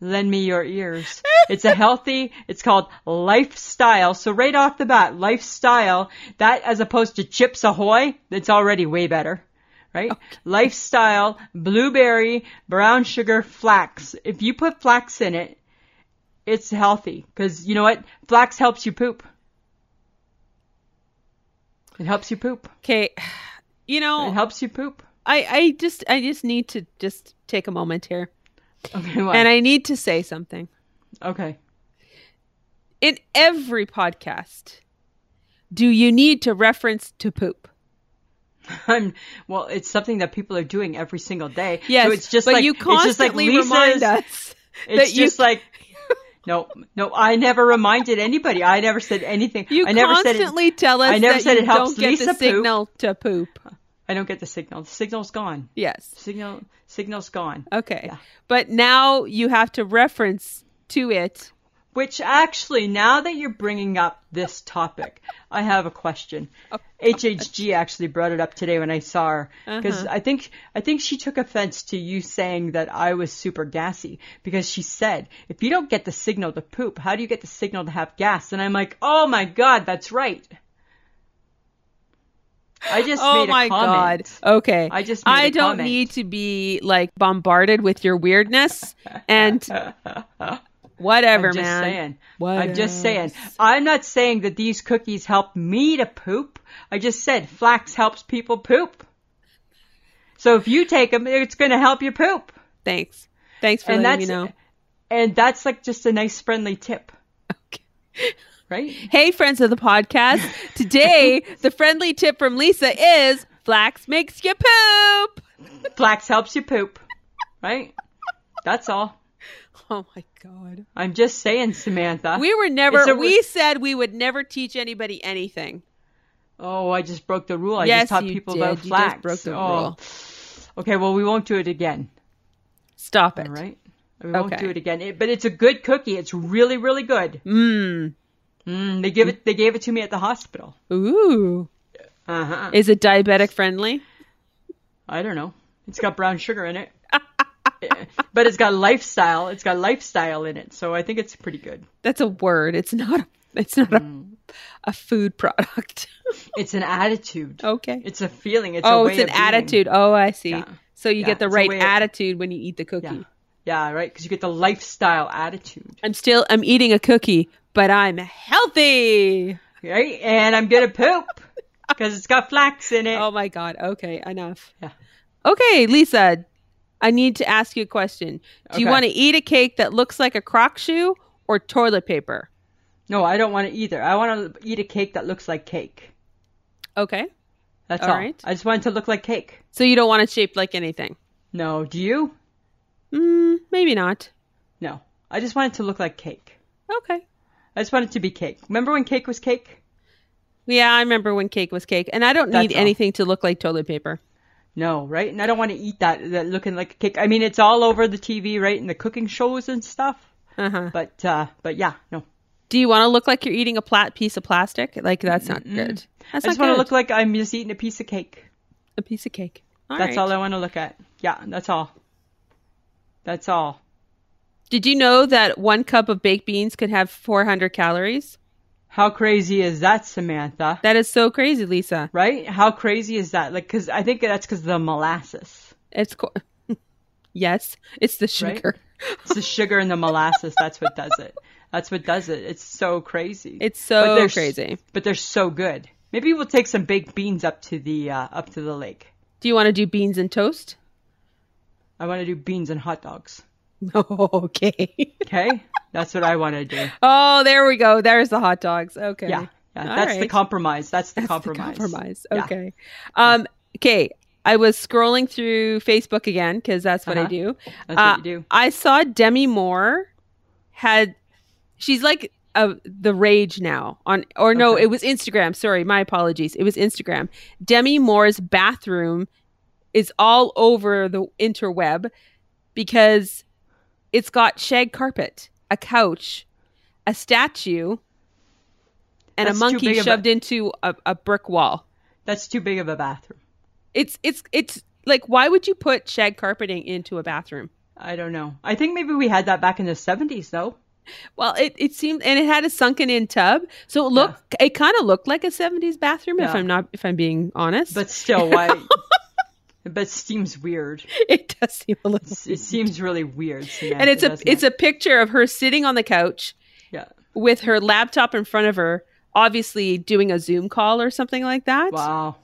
Lend me your ears. It's a healthy, it's called lifestyle. So right off the bat, lifestyle, that as opposed to chips ahoy, that's already way better. Right? Lifestyle, blueberry, brown sugar, flax. If you put flax in it, it's healthy. Cause you know what? Flax helps you poop. It helps you poop.
Okay, you
It
know,
helps you poop.
I, I just I just need to just take a moment here,
Okay, well,
and I need to say something.
okay.
In every podcast, do you need to reference to poop?
I'm well. It's something that people are doing every single day.
Yes,
so it's just
but
like
you
it's just like
constantly
Lisa's.
remind us
it's
that you-
just like No, no, I never reminded anybody. I never said anything.
You
I never said
constantly tell us
I never
that
said
you
it helps
don't get
Lisa
the
poop.
signal to poop.
it. I don't get the signal. The signal's gone.
Yes.
Signal, signal's gone.
Okay.
Yeah.
But now you have to reference to it.
Which actually, now that you're bringing up this topic, I have a question.
Oh.
HHG actually brought it up today when I saw her because
Uh-huh.
I think I think she took offense to you saying that I was super gassy because she said if you don't get the signal to poop, how do you get the signal to have gas? And I'm like, oh my god, that's right. I just
Oh
made a
my
comment.
god. Okay.
I just made
I
a
don't
comment.
need to be like bombarded with your weirdness and whatever,
I'm just
man.
saying.
What
I'm just saying.
else?
I'm not saying that these cookies help me to poop. I just said flax helps people poop. So if you take them, it's going to help you poop.
Thanks. Thanks for
and
letting
that's
me know.
and that's like just a nice friendly tip,
Okay.
right?
Hey, friends of the podcast. Today, the friendly tip from Lisa is flax makes you poop.
flax helps you poop, right? That's all.
Oh my God.
I'm just saying, Samantha.
We were never,
It's a-
we said we would never teach anybody anything.
oh, I just broke the rule. I
Yes,
just taught
you
people
did.
about
You just
flax.
broke the
oh.
rule.
Okay, well, we won't do it again.
Stop it.
All right. We won't
Okay.
do it again. It- but it's a good cookie. It's really, really good.
Mm.
Mm, they give it. They gave it to me at the hospital.
Ooh.
Uh huh.
Is it diabetic friendly?
I don't know. It's got brown sugar in it. Eh, but it's got lifestyle. It's got lifestyle in it. So I think it's pretty good.
That's a word. It's not a, it's not
Hmm.
a, a food product.
It's an attitude.
okay.
It's a feeling. It's a
oh,
way
it's an
of being.
attitude. Oh, I see.
Yeah.
So you
Yeah,
get the
it's a
right
way of-
attitude when you eat the cookie.
Yeah. Yeah. Right. Because you get the lifestyle attitude.
I'm still, I'm eating a cookie, but I'm healthy.
Right. And I'm gonna poop because it's got flax in it.
Oh my God. Okay. Enough.
Yeah.
Okay, Lisa, I need to ask you a question. Do you
Okay.
want to eat a cake that looks like a crock shoe or toilet paper?
No, I don't want it either. I want to eat a cake that looks like cake.
Okay.
That's
All
all.
right.
I just want it to look like cake.
So you don't want it shaped like anything?
No, do you?
Mm, maybe not.
No. I just want it to look like cake.
Okay.
I just want it to be cake. Remember when cake was cake?
Yeah, I remember when cake was cake, and I don't
That's
need
all.
anything to look like toilet paper.
No, right? And I don't want to eat that, that looking like a cake. I mean, it's all over the TV, right? And the cooking shows and stuff.
Uh huh.
But, uh, but yeah, no.
Do you want to look like you're eating a flat piece of plastic? Like that's not good. That's
I just
not
want
good.
to look like I'm just eating a piece of cake.
a piece of cake.
that's all I want to look at. Yeah, that's all. That's all.
Did you know that one cup of baked beans could have 400 calories?
How crazy is that, Samantha?
That is so crazy, Lisa.
Right? How crazy is that? Like, cause I think that's cause of the molasses.
It's co- yes, it's the sugar.
It's the sugar and the molasses. That's what does it. That's what does it. It's so crazy.
It's
But
so
they're s-
crazy.
but they're so good. Maybe we'll take some baked beans up to the uh, up to the lake.
Do you want to do beans and toast?
I want to do beans and hot dogs.
okay.
Okay, that's what I want to do.
Oh, there we go. There's the hot dogs. Okay.
Yeah, yeah
All
that's the
right.
compromise. That's the
That's the
compromise.
compromise.
Yeah.
Okay. Um, okay. I was scrolling through Facebook again because that's what I
Uh-huh.
do.
That's
Uh,
what you do.
I saw Demi Moore had she's like uh, the rage now on or no,
Okay.
it was Instagram. Sorry, my apologies. It was Instagram. Demi Moore's bathroom is all over the interweb because it's got shag carpet, a couch, a statue, and
That's
a
too
monkey
big of a-
shoved into a, a brick wall.
That's too big of a bathroom.
It's it's it's like why would you put shag carpeting into a bathroom?
I don't know. I think maybe we had that back in the seventies, though.
Well, it, it seemed and it had a sunken in tub, so it looked it kind of looked like a '70s bathroom. If
Yeah.
I'm not if I'm being honest,
But still, why? but it seems weird.
it does seem a little.
It seems really weird. Samantha,
And it's a
doesn't
it's
it?
a picture of her sitting on the couch
yeah.
with her laptop in front of her, obviously doing a Zoom call or something like that.
Wow.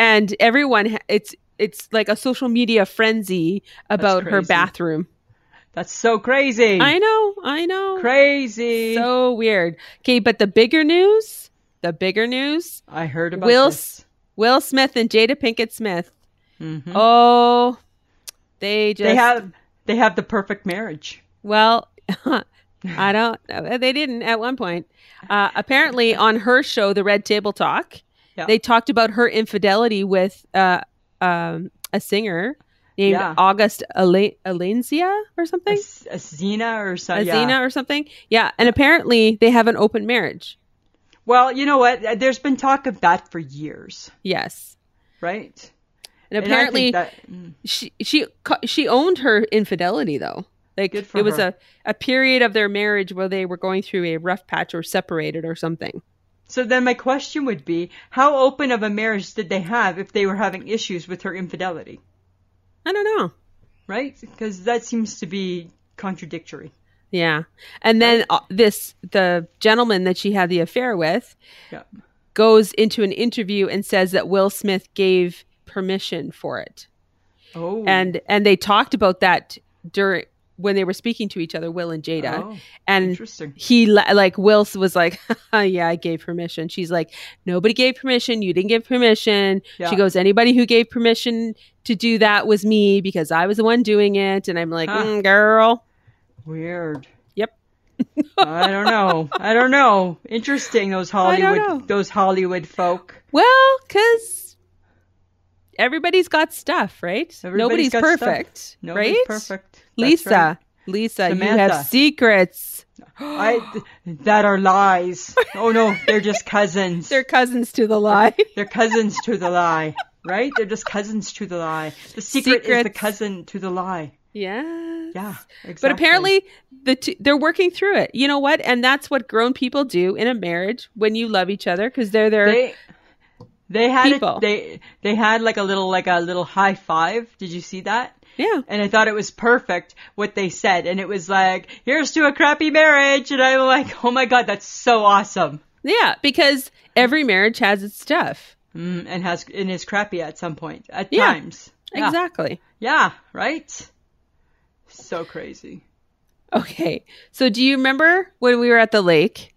And everyone, ha- it's it's like a social media frenzy about her
crazy.
bathroom.
That's so crazy.
I know, I know,
crazy.
Oh, so weird. Okay, but the bigger news, the bigger news.
I heard about
Will
this.
Will Smith and Jada Pinkett Smith.
Mhm.
Oh, they just
They have they have the perfect marriage.
well, I don't. uh, They didn't at one point. Uh, apparently, on her show, the Red Table Talk,
Yeah.
they talked about her infidelity with uh, um, a singer named
Yeah.
August Ale- Alensia or
A,
something,
s- a Xena or something.
Azina or something. Yeah, and apparently they have an open marriage.
Well, you know what? There's been talk of that for years,
Yes,
right?
and
And I
apparently
think that, mm.
she she ca- she owned her infidelity though. Like
Good for
it was
her.
a a period of their marriage where they were going through a rough patch or separated or something.
So then my question would be, how open of a marriage did they have if they were having issues with her infidelity?
I don't know.
Right? Because that seems to be contradictory.
Yeah. And then uh, this the gentleman that she had the affair with
Yeah.
goes into an interview and says that Will Smith gave permission for it.
Oh.
And and they talked about that during when they were speaking to each other Will and Jada.
Oh,
and
interesting.
he la- like Will was like, "Yeah, I gave permission." She's like, "Nobody gave permission. You didn't give permission."
Yeah.
She goes, "Anybody who gave permission to do that was me because I was the one doing it." And I'm like,
Huh.
mm, "Girl,
Weird.
Yep.
I don't know. I don't know. Interesting those
I don't know.
Hollywood those Hollywood folk.
Well, because everybody's got stuff, right? Nobody's
Everybody's got stuff.
perfect,
Nobody's
right?
perfect. That's
Lisa,
right.
Lisa, you
Samantha.
have secrets.
I th- that are lies. Oh no, they're just cousins.
They're cousins to the lie.
They're cousins to the lie, right? They're just cousins to the lie. The secret is the
Secrets.
cousin to the lie.
yeah.
Yeah, exactly.
But apparently, the two, they're working through it. You know what? And that's what grown people do in a marriage when you love each other, because they're there.
they they had
people.
a, they they had like a little like a little high five. Did you see that?
yeah.
And I thought it was perfect what they said, and it was like, "Here's to a crappy marriage," and I'm like, "Oh my god, that's so awesome!"
Yeah. Because every marriage has its stuff.
Mm, and has and is crappy at some point at
Yeah,
times. Yeah.
Exactly.
Yeah, right? So crazy.
Okay. So do you remember when we were at the lake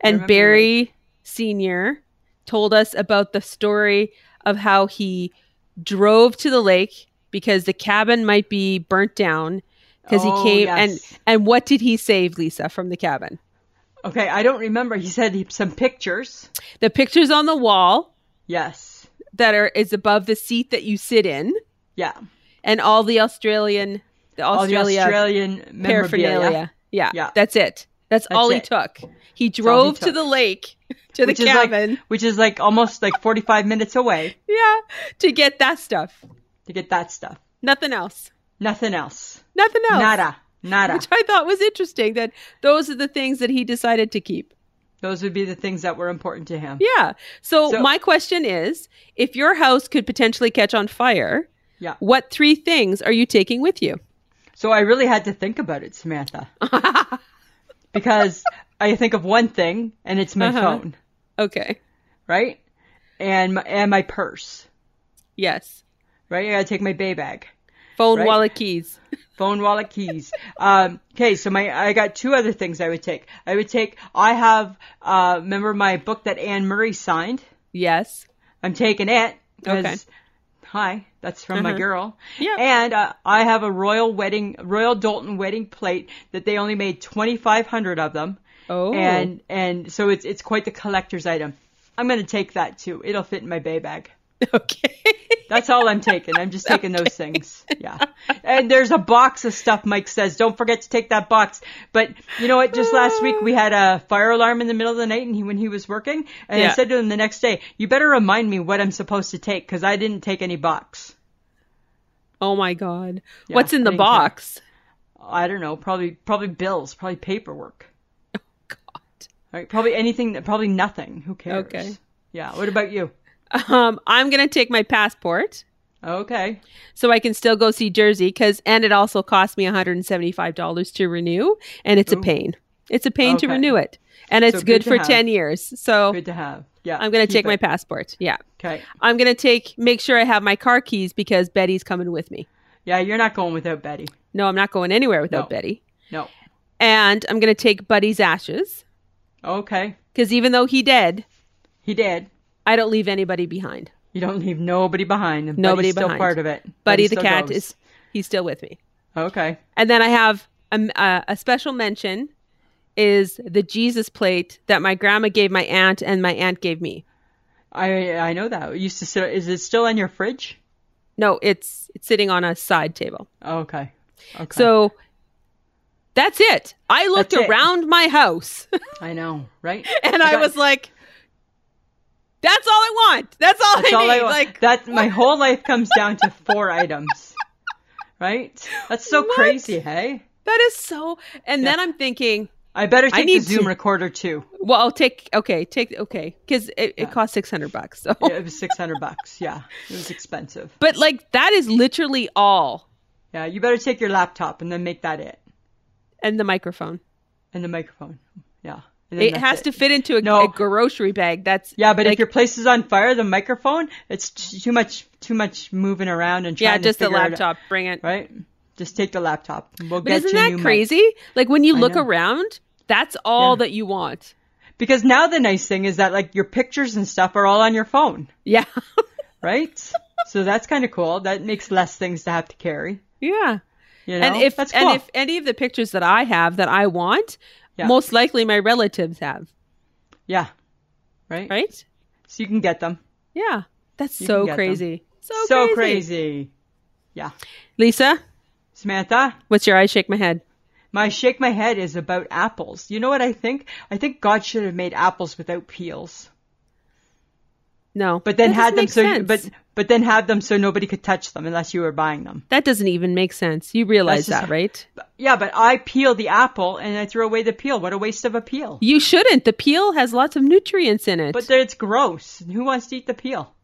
and
remember the
Barry Sr. told us about the story of how he drove to the lake because the cabin might be burnt down because
Oh,
he came
yes.
and and what did he save Lisa from the cabin?
Okay, I don't remember. He said he, some pictures.
The pictures on the wall
Yes.
that are is above the seat that you sit in
Yeah.
and all the Australian the
All the
Australia
Australian memorabilia.
paraphernalia. Yeah.
Yeah.
That's it. That's,
That's
all he
it.
took. He
all he
drove to
took.
the lake to the
Which is like-
cabin.
Which is like almost like 45 minutes away
yeah, to get that stuff.
to get that stuff.
Nothing else.
Nothing else.
Nothing else.
Nada. Nada.
Which I thought was interesting that those are the things that he decided to keep.
Those would be the things that were important to him.
Yeah. So,
So-
my question is if your house could potentially catch on fire,
Yeah.
what three things are you taking with you?
So I really had to think about it, Samantha. because I think of one thing and it's my
Uh-huh.
phone,
Okay.
right? And my, and my purse,
Yes.
right? I got to take my bay bag.
Phone,
Right.
wallet, keys.
phone wallet keys um okay so my i got two other things i would take i would take i have uh remember my book that anne murray signed
Yes.
i'm taking it 'cause-
Okay.
hi that's from my
Uh-huh.
girl
Yeah.
and uh, i have a royal wedding royal dalton wedding plate that they only made 2500 of them
Oh.
and and so it's it's quite the collector's item i'm going to take that too it'll fit in my bay bag
okay.
that's all I'm taking. I'm just taking those things. Yeah. And there's a box of stuff Mike says. Don't forget to take that box. But you know what? Just last week we had a fire alarm in the middle of the night and he, when he was working and I
Yeah.
said to him the next day, you better remind me what I'm supposed to take because I didn't take any box.
oh my God.
Yeah,
What's in
I
the
didn't care.
box?
I don't know. Probably, probably bills, probably paperwork.
Oh, God.
All right. Probably anything that, probably nothing. Who cares?
Okay.
Yeah. What about you?
Um, I'm going to take my passport.
Okay.
so I can still go see Jersey because and it also cost me $175 to renew and it's
Ooh.
a pain. It's a pain to
Oh. Okay.
renew it. And it's
good
good,
to
for
have.
10 years. So
Good to have. Yeah.
I'm going to
keep
take my
it.
passport. Yeah.
Okay.
I'm going to take make sure I have my car keys because Betty's coming with me.
Yeah. You're not going without Betty.
No, I'm not going anywhere without
No.
Betty.
No.
And I'm going to take Buddy's ashes
Okay.
cuz even though he dead,
He did.
I don't leave anybody behind.
You don't leave nobody behind. And
Nobody
Buddy's still
behind.
part of it.
Buddy, the
still
cat
goes.
is he's still with me.
okay.
And then I have um, uh, a special mention is the Jesus plate that my grandma gave my aunt and my aunt gave me.
I I know that. It used to sit. Is it still in your fridge?
No, it's it's sitting on a side table.
Oh, okay. Okay.
So that's it. I looked
That's it.
around my house
I know, right?
and I
got-
was like, "That's all I want. That's all
That's
I
all
need."
I want.
like,
that my whole life comes down to four items. Right? That's so
What?
crazy, hey?
that is so. And then I'm thinking,
I better take
need
the Zoom
to-
recorder too.
well, I'll take okay, take okay, because it,
Yeah.
it costs six hundred bucks. So,
Yeah, It was six hundred bucks. Yeah, it was expensive.
but like that is literally all,
Yeah, you better take your laptop and then make that it
and the microphone.
and the microphone. Yeah, and then
It
that's
has to fit into a,
No.
a grocery bag. That's
Yeah, but if
like-
your place is on fire, the microphone, it's t- too much, too much moving around and trying
yeah,
to
just the
figure it
laptop. Bring it.
out, right? Just take the laptop. We'll
But
get
isn't
you a
that
new mic.
crazy? Like when you
I
look
know.
around, that's all
Yeah.
that you want.
Because now the nice thing is that like your pictures and stuff are all on your phone,
Yeah,
right? so that's kind of cool. That makes less things to have to carry.
yeah.
You know,
and if
that's cool.
and if any of the pictures that I have that I want,
Yeah.
most likely my relatives have,
yeah, right?
right?
So you can get them.
Yeah, that's
You can
so
get them.
crazy. So, crazy.
so crazy. Yeah,
Lisa,
Samantha.
what's your I shake my head?
My shake my head is about apples. You know what I think? I think God should have made apples without peels.
No,
But then
That
had
doesn't
them
make
so
sense.
but but then had them so nobody could touch them unless you were buying them.
that doesn't even make sense. You realize
That's just-
that, right?
But- yeah, but I peel the apple and I throw away the peel. What a waste of a peel.
You shouldn't. The peel has lots of nutrients in it.
But there- it's gross. Who wants to eat the peel?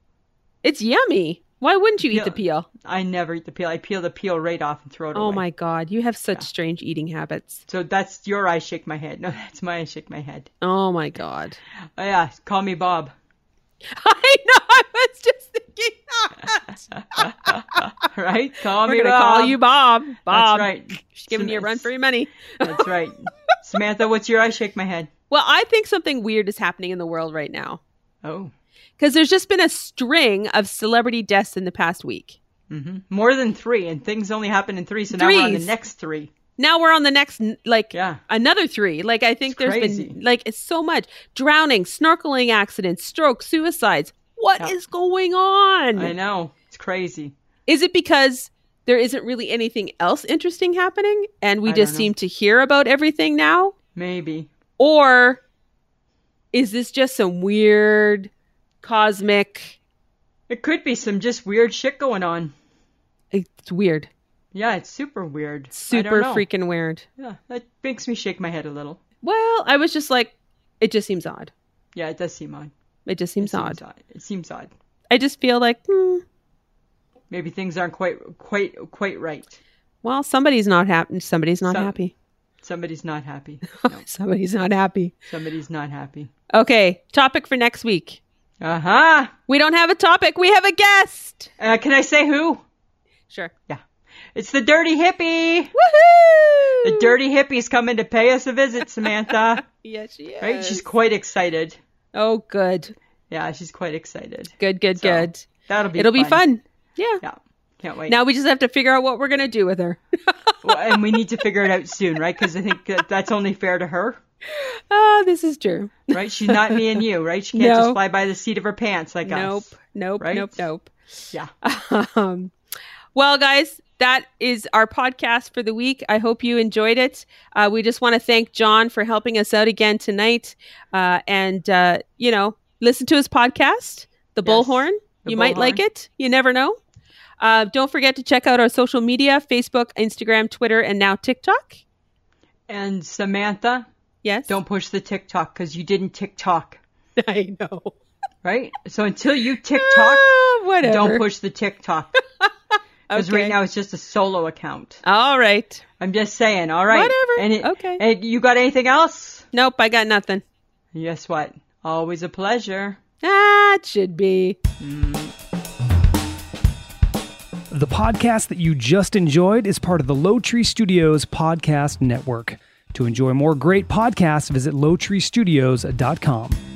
it's yummy. Why wouldn't you eat the peel?
I never eat the peel. I peel the peel right off and throw it
Oh
away.
my god, you have such strange eating habits.
So that's your I shake my head. No, that's my I shake my head.
Oh my god.
Oh, yeah, call me Bob.
I know. I was just thinking that.
Right? Call
We're
me
gonna
Bob.
call you Bob. Bob.
That's right.
She's giving you a
Sam-
run for your money.
That's right. Samantha, what's your I shake my head?
Well, I think something weird is happening in the world right now.
Oh.
because there's just been a string of celebrity deaths in the past week.
hmm More than three, and things only happen in three, so now we're on the
Threes.
next three.
Now we're on the next, n- like
Yeah.
another three. Like I think
It's
there's
crazy.
been like it's so much drowning, snorkeling accidents, strokes, suicides. What is
Yeah.
going on?
I know. It's crazy.
Is it because there isn't really anything else interesting happening, and we
I
just
don't know.
seem to hear about everything now,
Maybe.
or is this just some weird cosmic?
It could be some just weird shit going on.
It's weird,
Yeah, it's super weird. I don't
super
know.
freaking weird.
Yeah, that makes me shake my head a little.
Well, I was just like, it just seems odd.
Yeah, it does seem odd.
It just
It
seems odd.
It seems odd.
I just feel like, hmm,
Maybe things aren't quite quite quite right.
well, somebody's not happy. Somebody's not
Some-
happy.
Somebody's not happy. No,
Somebody's not happy.
somebody's not happy.
Okay, topic for next week.
Uh huh.
We don't have a topic. We have a guest.
Uh, can I say who?
Sure.
Yeah, it's the dirty hippie.
Woohoo!
The dirty hippie's coming to pay us a visit, Samantha.
Yes, she is.
right? She's quite excited.
Oh, good,
Yeah, she's quite excited.
good, good,
So,
good.
That'll be
It'll
fun.
be fun. Yeah.
Yeah, can't wait.
Now we just have to figure out what we're gonna do with her.
Well, and we need to figure it out soon, right? Because I think that that's only fair to her,
Ah, this is true.
right? She's not me and you, right? She can't just
No.
fly by the seat of her pants like
Nope.
us.
Nope.
right?
Nope. Nope.
Yeah.
um, well, guys, that is our podcast for the week. I hope you enjoyed it. Uh, we just want to thank John for helping us out again tonight. Uh, and, uh, you know, listen to his podcast, The
Yes,
Bullhorn.
The
you might like
Bullhorn.
it. You never know. Uh, don't forget to check out our social media Facebook, Instagram, Twitter, and now TikTok.
And Samantha,
Yes.
don't push the TikTok because you didn't TikTok,
I know.
right? So until you TikTok,
Ah, whatever.
don't push the TikTok. Because
Okay.
right now it's just a solo account.
All right.
I'm just saying. All right.
Whatever.
And it-
Okay.
And you got anything else?
Nope. I got nothing.
Guess what? Always a pleasure.
That should be.
The podcast that you just enjoyed is part of the Low Tree Studios podcast network. To enjoy more great podcasts, visit lowtreestudios.com.